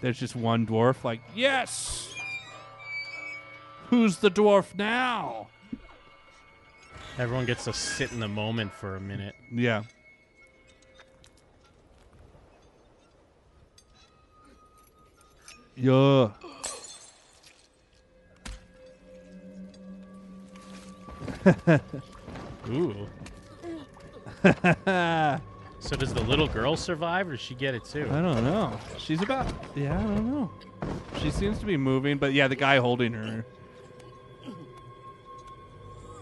J: There's just one dwarf, like
I: Yes. Who's the dwarf now?
H: Everyone gets to sit in the moment for a minute.
J: yeah. Yeah.
H: Ooh. so does the little girl survive, or does she get it too?
J: I don't know. She's about. Yeah, I don't know. She seems to be moving, but yeah, the guy holding her.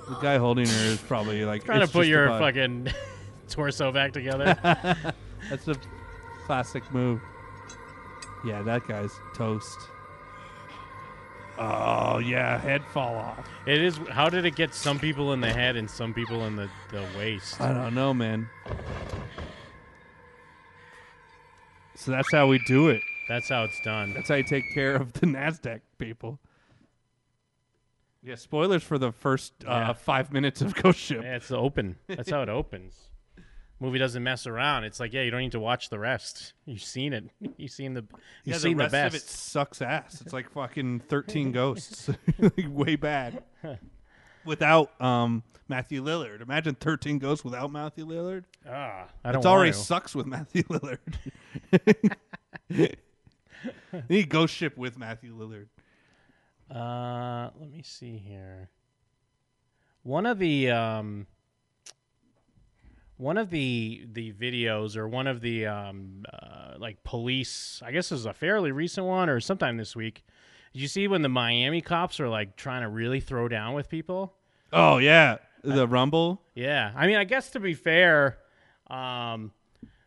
J: The guy holding her is probably like
H: Trying
J: it's
H: to put
J: just
H: your
J: about-
H: fucking torso back together.
J: That's a classic move. Yeah, that guy's toast. Oh yeah, head fall off.
H: it is. How did it get some people in the head and some people in the, the waist?
J: I don't know, man. So that's how we do it.
H: That's how it's done.
J: That's how you take care of the Nasdaq people. Yeah, spoilers for the first uh,
H: Yeah.
J: five minutes of Ghost Ship.
H: Yeah, it's the open. That's how it opens. Movie doesn't mess around. It's like, yeah, you don't need to watch the rest. You've seen it. You've seen the.
J: yeah,
H: You've seen
J: the
H: the,
J: rest
H: best.
J: of it sucks ass. It's like fucking thirteen ghosts, like way bad. Without um, Matthew Lillard, imagine thirteen ghosts without Matthew Lillard.
H: Ah, I don't
J: It already
H: want to.
J: sucks with Matthew Lillard. they need Ghost Ship with Matthew Lillard.
H: Uh, let me see here. One of the um, one of the the videos or one of the um, uh, like police. I guess it was a fairly recent one or sometime this week. Did you see when the Miami cops are like trying to really throw down with people?
J: Oh yeah, the Rumble.
H: Yeah, I mean, I guess to be fair, um,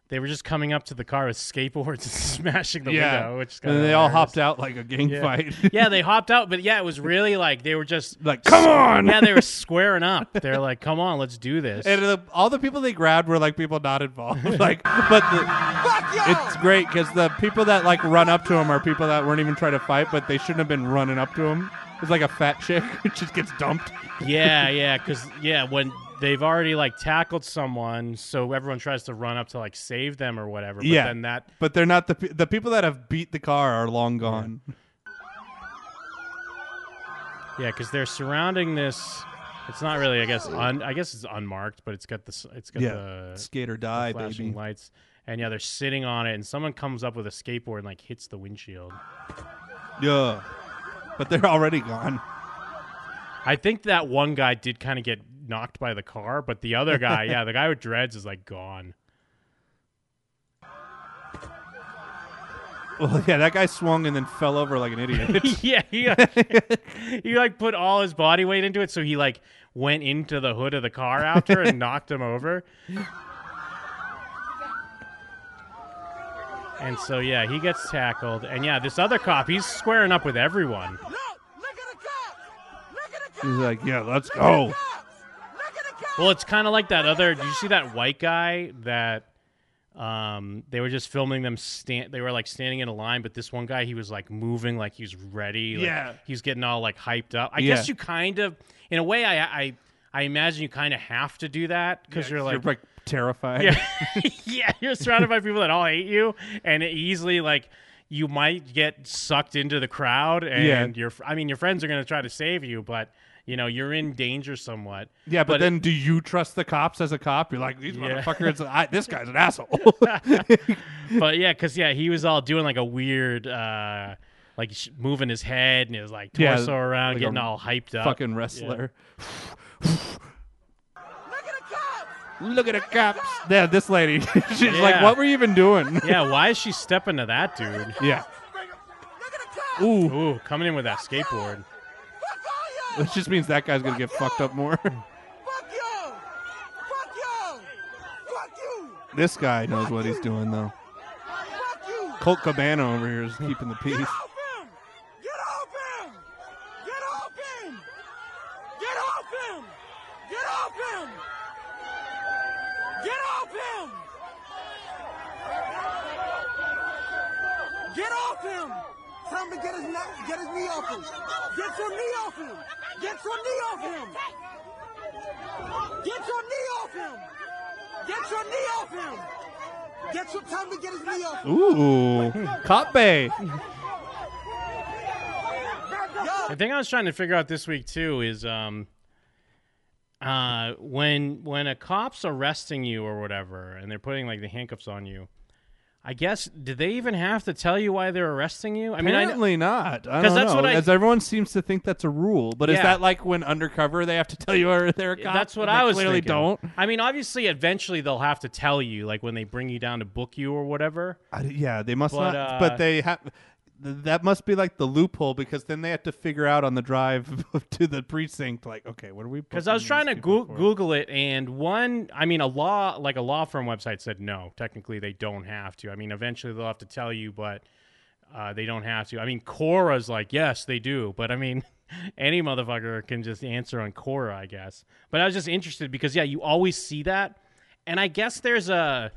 H: they were just coming up to the car with skateboards and smashing the
J: Yeah.
H: window, which is
J: And
H: kinda
J: they all
H: hilarious.
J: hopped out like a gang
H: Yeah.
J: fight.
H: yeah, they hopped out, but yeah, it was really like they were just
J: like, "Come on!"
H: Yeah, they were squaring up. They're like, "Come on, let's do this."
J: And the, all the people they grabbed were like people not involved. like, but the, it's great because the people that like run up to him are people that weren't even trying to fight, but they shouldn't have been running up to him. It's like a fat chick who just gets dumped.
H: yeah, yeah, because yeah, when they've already like tackled someone, so everyone tries to run up to like save them or whatever. But
J: yeah,
H: then that
J: But they're not the pe- the people that have beat the car are long gone.
H: yeah, because they're surrounding this. It's not really, I guess. Un, I guess it's unmarked, but it's got the s- it's got
J: Yeah,
H: the
J: skate or
H: the
J: die,
H: flashing
J: baby.
H: lights, and yeah, they're sitting on it, and someone comes up with a skateboard and like hits the windshield.
J: Yeah, but they're already gone.
H: I think that one guy did kind of get knocked by the car, but the other guy, yeah, the guy with dreads is like gone.
J: Well, yeah, that guy swung and then fell over like an idiot.
H: yeah, he like, he like put all his body weight into it, so he like went into the hood of the car after and knocked him over. And so yeah, he gets tackled, and yeah, this other cop, he's squaring up with everyone.
J: He's like, yeah, let's go.
H: Well, it's kind of like that other. Did you see that white guy that? Um, they were just filming them stand. They were like standing in a line, but this one guy, he was like moving, like he was ready. Like,
I: Yeah.
H: he's getting all like hyped up. I
J: Yeah.
H: guess you kind of, in a way, I, I, I imagine you kind of have to do that because you're like,
J: You're like terrified.
H: yeah, yeah, you're surrounded by people that all hate you, and it easily like you might get sucked into the crowd, and
J: Yeah.
H: your, fr- I mean, your friends are gonna try to save you, but you know you're in danger somewhat.
J: Yeah, but,
H: But it-
J: then do you trust the cops as a cop? You're like, these
H: Yeah.
J: motherfuckers, I, this guy's an asshole.
H: but yeah, because yeah, he was all doing like a weird, uh like sh- moving his head and his like
J: Yeah,
H: torso around,
J: like a
H: getting all hyped up.
J: fucking
H: Yeah.
J: wrestler. Look at the cops. Yeah, this lady. She's like,
H: Yeah.
J: what were you even doing?
H: Yeah. why is she stepping to that dude?
J: Yeah.
H: Ooh, ooh, coming in with that skateboard.
J: Which just means that guy's going to get fucked up more. This guy knows what he's doing though. Colt Cabana over here is keeping the peace.
C: Get off him! Get off him! Get off him! Get off him! Tell him to get his, kn- get his knee off him! Get your knee off him! Get your knee off him! Get your knee off him! Get your knee off him! Get your time to get his knee off him!
J: Ooh, cop bay.
H: The thing I was trying to figure out this week too is um uh when when a cop's arresting you or whatever and they're putting like the handcuffs on you, I guess do they even have to tell you why they're arresting you? I mean,
J: Apparently
H: I know,
J: not. I
H: 'Cause
J: don't
H: that's
J: know.
H: what I-
J: As everyone seems to think that's a rule, but is
H: Yeah.
J: that like when undercover they have to tell you are they're a cop?
H: That's what
J: and they
H: I was
J: Clearly
H: thinking.
J: don't.
H: I mean, obviously, eventually they'll have to tell you, like when they bring you down to book you or whatever.
J: I d- yeah, they must
H: But,
J: not.
H: uh,
J: but they have. That must be like the loophole because then they have to figure out on the drive to the precinct, like, okay, what are we?
H: Because I was trying to goo- Google it, and one, I mean, a law like a law firm website said no. Technically, they don't have to. I mean, eventually they'll have to tell you, but uh, they don't have to. I mean, Cora's like yes, they do, but I mean, any motherfucker can just answer on Cora, I guess. But I was just interested because yeah, you always see that, and I guess there's a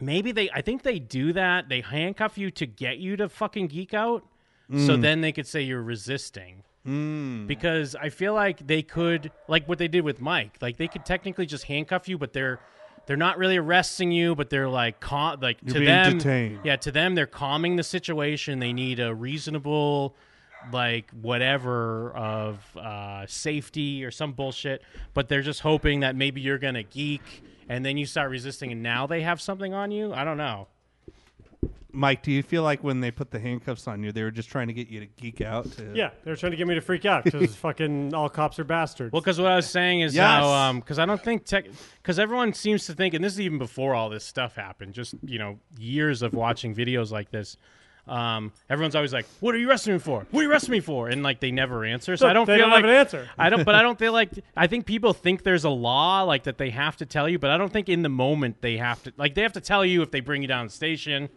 H: maybe they I think they do that. They handcuff you to get you to fucking geek out, so
J: Mm.
H: then they could say you're resisting.
J: Mm.
H: Because I feel like they could, like what they did with Mike, like they could technically just handcuff you, but they're they're not really arresting you, but they're like ca- like
J: You're
H: to
J: being
H: them,
J: detained.
H: yeah, to them they're calming the situation. They need a reasonable, like whatever of uh, safety or some bullshit, but they're just hoping that maybe you're gonna geek and then you start resisting, and now they have something on you. I don't know.
J: Mike, do you feel like when they put the handcuffs on you, they were just trying to get you to geek out? To,
G: Yeah, they were trying to get me to freak out because fucking all cops are bastards.
H: Well, because what I was saying is
G: Yes.
H: how um 'cause because I don't think tech because everyone seems to think, and this is even before all this stuff happened. Just you know, years of watching videos like this. Um, everyone's always like, "What are you arresting me for? What are you arresting me for?" And like they never answer. So
G: No,
H: I don't
G: they
H: feel
G: don't
H: like
G: have an answer.
H: I don't, but I don't feel like I think people think there's a law like that they have to tell you, but I don't think in the moment they have to like they have to tell you if they bring you down to the station,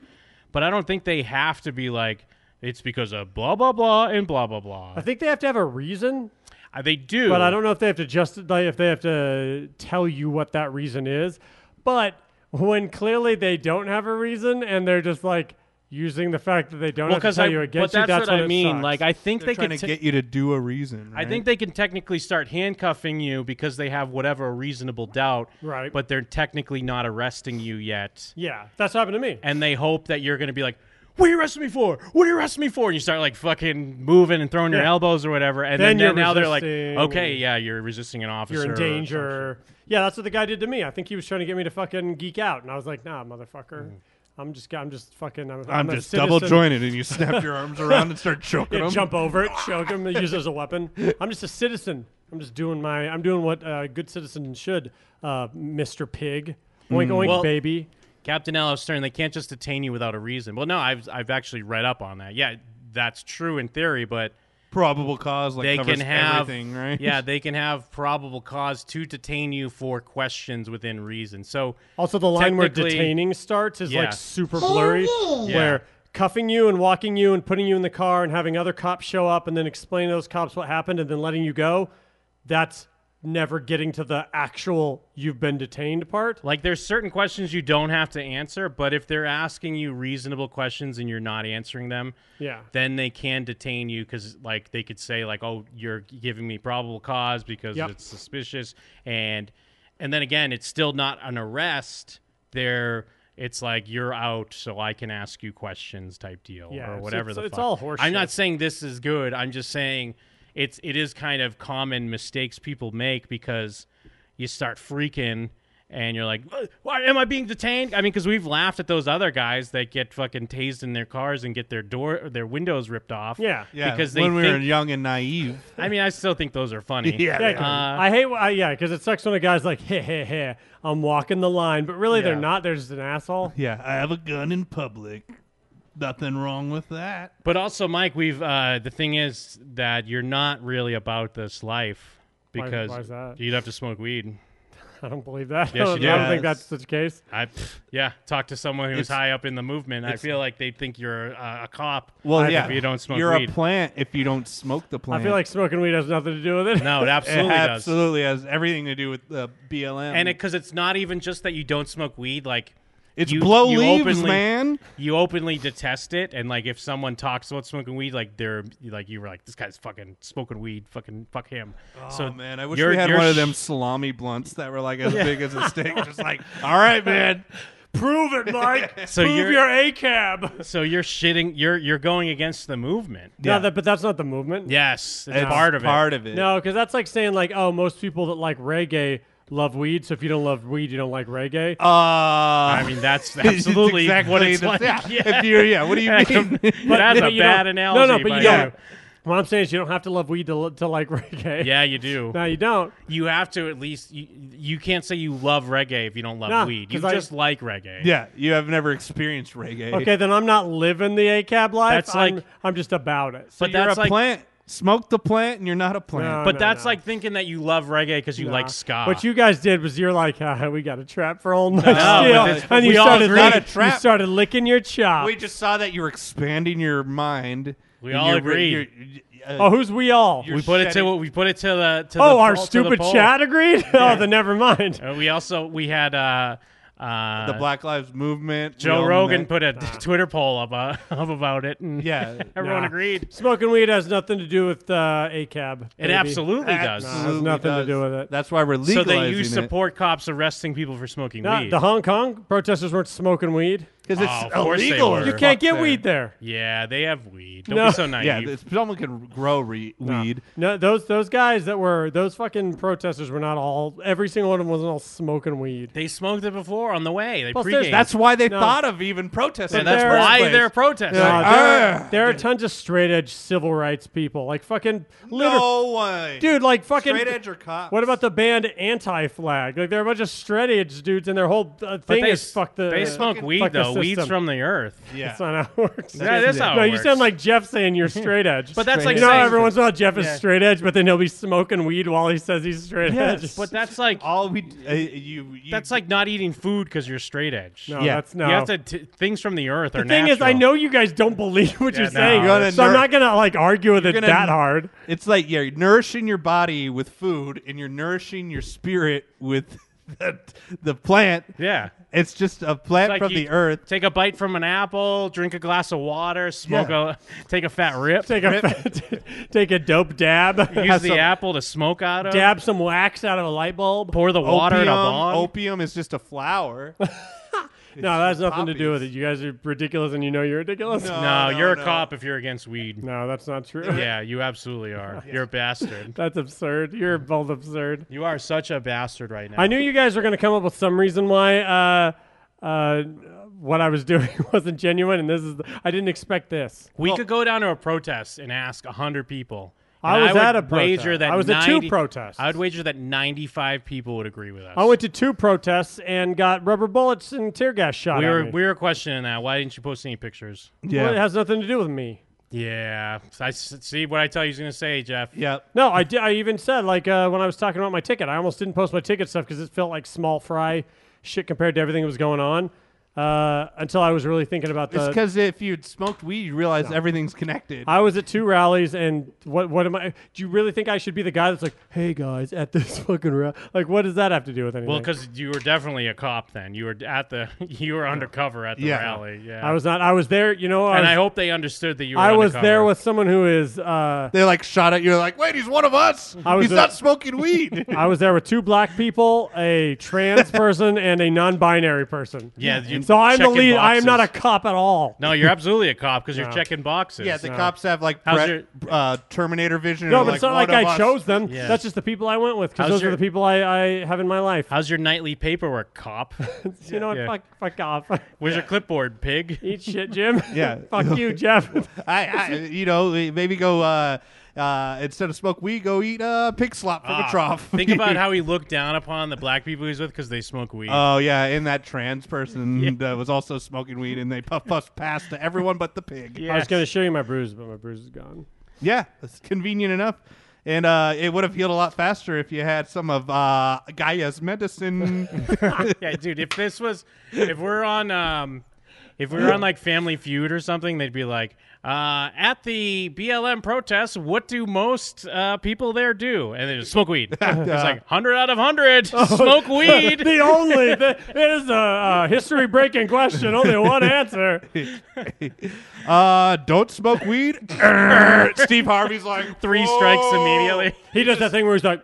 H: but I don't think they have to be like it's because of blah blah blah and blah blah blah.
G: I think they have to have a reason.
H: Uh, They do,
G: But I don't know if they have to just like, if they have to tell you what that reason is. But when clearly they don't have a reason and they're just like using the fact that they don't have to
H: 'cause
G: tell
H: I-
G: you
H: but
G: against you,
H: that's
G: that's
H: what I
G: it
H: mean.
G: sucks.
H: Like I think
J: They're
H: they
J: trying
H: could
J: to
H: t-
J: get you to do a reason.
H: I think they can technically start handcuffing you because they have whatever reasonable doubt.
G: Right.
H: But they're technically not arresting you yet.
G: Yeah, that's what happened to me.
H: And they hope that you're going to be like, what are you arresting me for? What are you arresting me for? And you start like fucking moving and throwing your
G: Yeah.
H: elbows or whatever. And
G: Then
H: then,
G: you're
H: now they're like,
G: resisting.
H: okay, yeah, you're resisting an officer.
G: You're in
H: or something."
G: danger. Yeah, that's what the guy did to me. I think he was trying to get me to fucking geek out, and I was like, "Nah, motherfucker,
H: Mm.
G: I'm just, I'm just fucking, I'm,
J: I'm
G: a
J: just
G: citizen."
J: double-jointed," and you snapped your arms around and started choking
G: Yeah,
J: him.
G: Jump over it, choke him, use it as a weapon. I'm just a citizen. I'm just doing my, I'm doing what a good citizen should, uh, Mr. Pig.
J: Hmm.
G: Oink oink,
H: Well,
G: baby.
H: Captain Alice Stern, they can't just detain you without a reason. Well, no, I've, I've actually read up on that. Yeah, that's true in theory, but.
J: Probable cause, like
H: they
J: covers
H: can have
J: everything, right?
H: yeah they can have probable cause to detain you for questions within reason so
G: Also, the line where
H: technically-
G: detaining starts is
H: Yeah.
G: like super blurry,
H: Yeah.
G: where cuffing you and walking you and putting you in the car and having other cops show up and then explain to those cops what happened and then letting you go. That's never getting to the actual you've been detained part.
H: like there's certain questions you don't have to answer but if they're asking you reasonable questions and you're not answering them
G: Yeah.
H: then they can detain you because like they could say like oh you're giving me probable cause because
G: Yep.
H: it's suspicious and and then again it's still not an arrest there it's like you're out so i can ask you questions type deal
G: Yeah,
H: or
G: it's-
H: whatever
G: it's-
H: the
G: it's
H: fuck.
G: all horseshit.
H: i'm not saying this is good i'm just saying it's it is kind of common mistakes people make because you start freaking and you're like, why am I being detained? I mean, because we've laughed at those other guys that get fucking tased in their cars and get their door, or their windows ripped off.
G: Yeah.
J: Yeah,
H: Because they
J: when we were
H: think-
J: young and naive.
H: I mean, I still think those are funny. Uh,
G: I hate. I, yeah, because it sucks when a guy's like, "Hey, hey, hey, I'm walking the line," but really they're
J: Yeah.
G: not. They're just an asshole.
J: Yeah, I have a gun in public. Nothing wrong with that.
H: but also, Mike, we've uh, the thing is that you're not really about this life
G: Why-
H: because
G: why is that? Oh,
H: you'd have to smoke weed.
G: I don't believe that.
H: Yes,
G: I
H: you
G: don't-
H: do.
G: I don't think that's the case.
H: I, pff, yeah, talk to someone who's
G: It's-
H: high up in the movement. I
G: it's-
H: feel like they think you're a, a cop.
J: Well, yeah.
H: if you don't smoke
J: You're
H: weed.
J: a plant if you don't smoke the plant.
G: I feel like smoking weed has nothing to do with it.
H: No, it absolutely
J: it
H: does.
J: absolutely has everything to do with the BLM.
H: and because it's not even just that you don't smoke weed, like
J: It's
H: you,
J: blow
H: you
J: leaves,
H: openly,
J: man.
H: You openly detest it, and like if someone talks about smoking weed, like they're like you were like this guy's fucking smoking weed, fucking fuck him.
J: oh
H: so
J: man, I wish
H: you're-
J: we had
H: you're
J: one of
H: sh-
J: them salami blunts that were like as
H: Yeah.
J: big as a steak. Just like, all right, man,
G: prove it, Mike.
H: So
G: prove
H: you're-
G: your ACAB.
H: So you're shitting. You're you're going against the movement.
G: No, that, but that's not the movement.
H: Yes, it's
J: It's
H: part of it.
J: part of it.
G: No, because that's like saying like, oh, most people that like reggae love weed. So if you don't love weed, you don't like reggae.
J: Uh, I
H: mean, that's
G: absolutely what it's
J: the,
G: like.
J: Yeah.
G: Yeah.
J: If you're, yeah, what do you
G: I
J: mean?
G: don't- That's a bad analogy, No, no, but you don't. What I'm saying is you don't have to love weed to, to like reggae.
H: Yeah, you do.
G: No, you don't.
H: You have to at least. You, you can't say you love reggae if you don't love
G: Nah,
H: weed. You
G: 'cause I-
H: just like reggae.
J: Yeah, you have never experienced reggae.
G: Okay, then I'm not living the ACAB life.
H: That's
G: I'm,
H: like-
G: I'm just about it.
J: So
H: but
J: you're
H: that's
J: a
H: like-
J: plant. Smoke the plant, and you're not a plant.
H: but that's like thinking that you love reggae because you
G: Nah.
H: like ska.
G: What you guys did was you're like, ah, we got a trap for all night.
H: but
G: still.
H: this-
G: and you
H: we all
G: started,
H: agree.
G: licking-
H: Not a trap.
G: you started licking your chops.
J: we just saw that you were expanding your mind.
H: We
J: and
H: all
J: you're-
H: agreed.
J: you're- uh,
G: oh, who's we all?
H: we put it to we put it to the to the
G: oh, our
H: poll- to the
G: stupid
H: poll.
G: chat agreed?
H: Yeah.
G: Oh, then never mind.
H: Uh, we also we had uh, uh,
J: the Black Lives Movement.
H: Joe
J: we own
H: Rogan
J: that.
H: put a Twitter poll up, uh, up about it, and
J: Yeah.
H: everyone
G: Nah.
H: agreed.
G: Smoking weed has nothing to do with uh, ACAB.
H: It
G: baby.
H: absolutely does.
G: Nah, it has nothing to do with it.
J: That's why we're
H: So
J: legalizing
H: that you
J: it.
H: support cops arresting people for smoking
G: Nah,
H: weed.
G: the Hong Kong protesters weren't smoking weed.
J: Because
H: Oh, of course they were.
G: You can't get
J: Fuck
G: weed there.
H: yeah, they have weed. Don't
G: No.
H: be so naive.
J: Yeah, it's, someone can grow re- weed.
G: No, those those guys that were those fucking protesters were not all. Every single one of them wasn't all smoking weed.
H: They smoked it before on the way. They
G: Plus, there's-
H: pregame.
J: That's why they
G: No.
J: thought of even protesting.
H: Yeah, that's
J: in the first
H: why
J: place.
H: they're protesting.
G: No,
J: Like,
G: there, are,
J: "Arr!"
G: there are tons of straight edge civil rights people, like fucking liter-
J: No way.
G: dude, like fucking
J: Straight edge or cops?
G: What about the band Anti Flag? Like they're a bunch of straight edge dudes, and their whole uh,
H: But
G: thing
H: they,
G: is fuck the.
H: They smoke weed
G: fuck the
H: though. Weed's
G: system.
H: from the earth.
J: Yeah.
G: That's not how it works.
H: That is how it
G: No, you
H: works.
G: sound like Jeff saying you're straight edge.
H: But that's Straight like
G: you know
H: saying-
G: everyone's not Jeff is
H: Yeah.
G: straight edge, but then he'll be smoking weed while he says he's straight edge.
J: Yes.
H: But that's like
J: all we uh, you, you
H: that's like not eating food because you're straight edge.
G: No,
J: Yeah.
G: that's no.
H: You have to t- things from the earth
G: the
H: are
G: thing is, I
H: natural.
G: know you guys don't believe what
H: Yeah,
G: you're
H: no.
G: saying,
H: You're
J: gonna
G: so I'm
J: ner-
G: not gonna like argue with it
J: gonna-
G: that hard.
J: It's like you're nourishing your body with food, and you're nourishing your spirit with the, the plant.
H: Yeah.
J: It's just a plant
H: Like
J: from
H: you
J: the earth.
H: Take a bite from an apple, drink a glass of water, smoke a take a fat rip.
G: Take a take a dope dab,
H: use
J: Have
H: the
J: some-
H: apple to smoke out of.
G: dab some wax out of a light bulb.
H: Pour the water
J: opium,
H: in a bong.
J: opium is just a flower.
G: no, that has nothing to do with it. You guys are ridiculous, and you know you're ridiculous.
J: No.
H: no,
J: no,
H: you're a
J: no.
H: cop if you're against weed.
G: No, that's not true.
H: Yeah, you absolutely are. You're a bastard.
G: That's absurd. You're both absurd.
H: You are such a bastard right now.
G: I knew you guys were going to come up with some reason why uh, uh, what I was doing wasn't genuine, and this is the, I didn't expect this.
H: We could go down to a protest and ask hundred people.
G: I
H: and
G: was
H: would
G: at a protest.
H: Wager that
G: I was at two
H: 90
G: protests.
H: I would wager that ninety-five people would agree with us.
G: I went to two protests and got rubber bullets and tear gas shot.
H: we
G: at
H: were
G: me.
H: we were questioning that. Why didn't you post any pictures?
G: Well,
J: Yeah.
G: it has nothing to do with me.
H: Yeah, I s- see what I tell you. He's gonna say, Jeff.
J: yep.
G: No, I did. I even said like uh, when I was talking about my ticket, I almost didn't post my ticket stuff because it felt like small fry shit compared to everything that was going on. Uh, until I was really thinking about
J: It's
G: the
J: because if you'd smoked weed, you realize everything's connected.
G: I was at two rallies, and what what am I? Do you really think I should be the guy that's like, "Hey guys, at this fucking rally"? Like, what does that have to do with anything?
H: Well, because you were definitely a cop then. You were at the you were undercover at the
J: Yeah.
H: rally. Yeah,
G: I was not. I was there. You know, I
H: and
G: was,
H: I hope they understood that you. were
G: I was
H: undercover.
G: there with someone who is. Uh,
J: they like shot at you, like, wait, he's one of us.
G: I was
J: he's
G: a-
J: not smoking weed.
G: I was there with two black people, a trans person, and a non-binary person.
H: Yeah, you
G: So I'm the
H: checking
G: lead. I am not a
H: boxes.
G: cop at all.
H: No, you're absolutely a cop because you're
G: No.
H: checking boxes.
J: yeah, the
G: No.
J: cops have like
H: How's
J: Brett- uh, Terminator vision.
G: No,
J: and
G: but
J: they're
G: it's not
J: "One
G: like I
J: of us."
G: chose them.
H: Yeah.
G: That's just the people I went with because
H: How's
G: those
H: your-
G: are the people I, I have in my life.
H: How's your nightly paperwork, cop?
G: you know what?
H: yeah.
G: Fuck, fuck off.
H: Where's your clipboard, pig?
G: Eat shit, Jim.
J: Yeah.
G: fuck you, Jeff.
J: I, I, you know, maybe go uh, uh, instead of smoke weed, go eat uh, pig slop from
H: Ah,
J: a trough.
H: Think about how he looked down upon the black people he's with because they smoke weed.
G: Uh,
J: Oh yeah, and that trans person that was also smoking weed, and they puff puff past to everyone but the pig.
G: I was going to show you my bruise, but my bruise is gone.
J: Yeah, it's convenient enough. And uh, it would have healed a lot faster if you had some of uh, Gaia's medicine.
H: yeah, dude. If this was, if we're on, um, if we were on like Family Feud or something, they'd be like, uh, at the BLM protests, what do most uh, people there do? And they just smoke weed. it's like hundred out of hundred, smoke weed.
G: Oh. the only that is a uh, history breaking question. Only one answer.
J: uh, don't smoke weed. Steve Harvey's like
H: three strikes immediately.
G: He does that thing where he's like,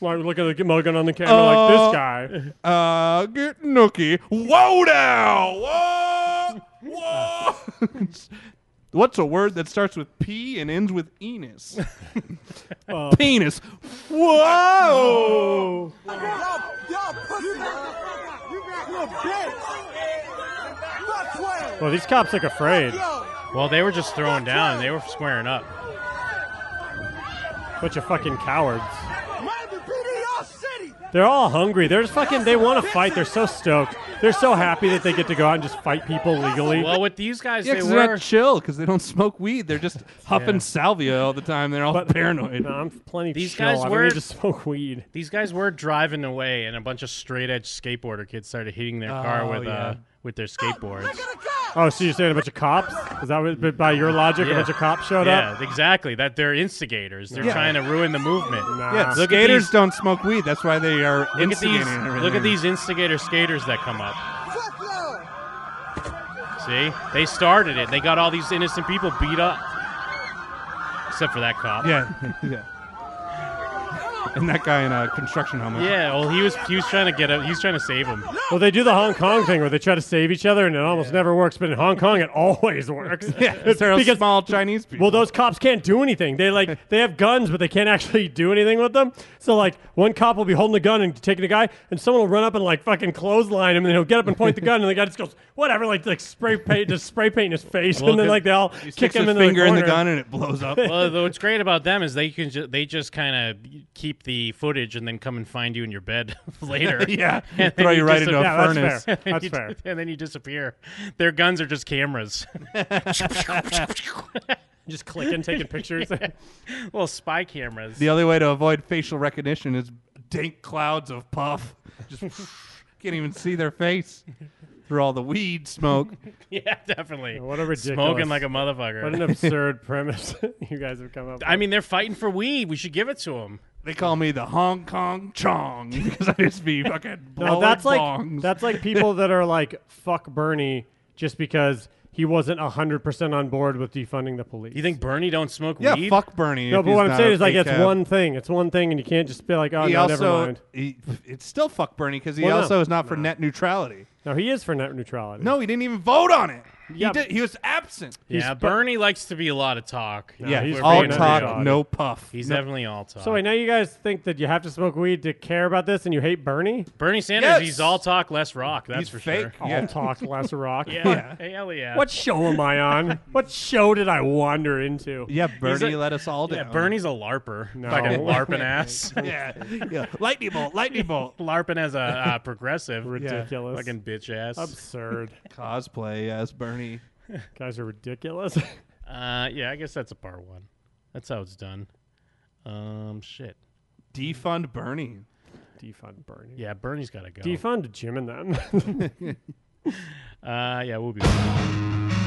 G: like look at the Mogan on the camera, like
H: Oh.
G: this guy.
J: Uh, get nookie. Whoa now. Whoa. Whoa. What's a word that starts with P and ends with enis? Penis. Whoa.
G: Well, these cops look afraid.
H: Well, they were just throwing down. They were squaring up.
G: Bunch of fucking cowards. They're all hungry. They're just fucking. They want to fight. They're so stoked. They're so happy that they get to go out and just fight people legally.
H: Well, with these guys,
J: Yeah,
H: they
J: because
H: were.
J: they're not chill because they don't smoke weed. They're just huffing salvia all the time. They're all paranoid.
G: No, I'm plenty
H: These
G: chill.
H: guys
G: I don't
H: were-
G: need to smoke weed.
H: These guys were driving away, and a bunch of straight edge skateboarder kids started hitting their car
G: Oh,
H: with
G: yeah.
H: uh, with their skateboards.
G: Oh, so you're saying a bunch of cops? Is that what, but by your logic,
H: Yeah.
G: a bunch of cops showed
H: yeah,
G: up?
H: exactly. That they're instigators. They're
G: Yeah.
H: trying to ruin the movement.
G: Ah.
J: Yeah,
H: look at
J: skaters
H: these,
J: don't smoke weed. That's why they are
H: look at
J: instigating
H: these,
J: everything.
H: look at these instigator skaters that come up. See, they started it. They got all these innocent people beat up, except for that cop.
J: Yeah, yeah. And that guy in a construction helmet.
H: Yeah, well, he was he was trying to get a, he was trying to save him.
G: Well, they do the Hong Kong thing where they try to save each other, and it almost never works. But in Hong Kong, it always works.
J: Yeah,
G: It's
J: they're small Chinese people.
G: Well, those cops can't do anything. They like they have guns, but they can't actually do anything with them. So like one cop will be holding a gun and taking a guy, and someone will run up and like fucking clothesline him, and he'll get up and point the gun, and the guy just goes whatever, like like spray paint, just spray paint in his face,
J: Well,
G: and then
J: 'cause
G: like they all
J: he
G: kick
J: sticks
G: him
J: his
G: in the
J: finger in the
G: corner.
J: gun and it blows up.
H: well, though, what's great about them is they can ju- they just kind of keep the footage and then come and find you in your bed later.
J: Yeah.
H: And then
J: Throw you right into a
H: disappear.
J: furnace.
H: And then
G: That's
H: you-
G: fair.
H: And then you disappear. Their guns are just cameras.
G: Just clicking, taking pictures.
H: Yeah. Little spy cameras.
J: The only way to avoid facial recognition is dank clouds of puff. Just can't even see their face through all the weed smoke.
H: yeah, definitely.
G: What a ridiculous
H: smoking like a motherfucker.
G: What an absurd premise you guys have come up. with.
H: I mean, they're fighting for weed. We should give it to them.
J: They call me the Hong Kong Chong because I just be fucking blowing
G: No, that's like
J: bongs.
G: that's like people that are like fuck Bernie just because he wasn't hundred percent on board with defunding the police.
H: You think Bernie don't smoke
J: yeah,
H: weed?
J: fuck Bernie.
G: no,
J: if
G: but
J: he's
G: what I'm
J: not
G: saying
J: a
G: is like it's
J: ACAB.
G: one thing. It's one thing, and you can't just be like, oh
J: he
G: no,
J: also
G: never mind.
J: he- it's still fuck Bernie because he
G: Well, no.
J: also is not for net neutrality.
G: No, he is for net neutrality.
J: No, he didn't even vote on it.
G: Yeah,
J: he, did, he was absent.
H: Yeah,
G: he's-
H: Bernie likes to be a lot of talk.
J: yeah,
H: If
J: he's
H: we're
J: all
H: being
J: talk,
H: real.
J: no puff.
H: He's
J: no,
H: definitely all talk.
G: So wait, now you guys think that you have to smoke weed to care about this, and you hate Bernie?
H: Bernie Sanders,
J: Yes.
H: he's all talk, less rock. That's
J: he's
H: for
J: fake. Oh,
H: sure.
G: All
J: Yeah.
G: talk, less rock.
H: Yeah, hell yeah.
G: What show am I on? what show did I wander into?
J: yeah, Bernie
H: a-
J: let us all
H: Yeah,
J: down.
H: Bernie's a larper, fucking larping ass,
J: yeah, yeah, lightning bolt, lightning bolt.
H: larping as a uh, progressive,
G: Ridiculous.
H: fucking bitch ass.
G: Absurd.
J: Cosplay as Bernie.
G: guys are ridiculous.
H: Uh, yeah, I guess that's a part one. That's how it's done. Um, shit.
J: Defund Bernie.
G: Defund Bernie.
H: Yeah, Bernie's got to go.
G: Defund Jim and them.
H: uh, yeah, we'll be. back.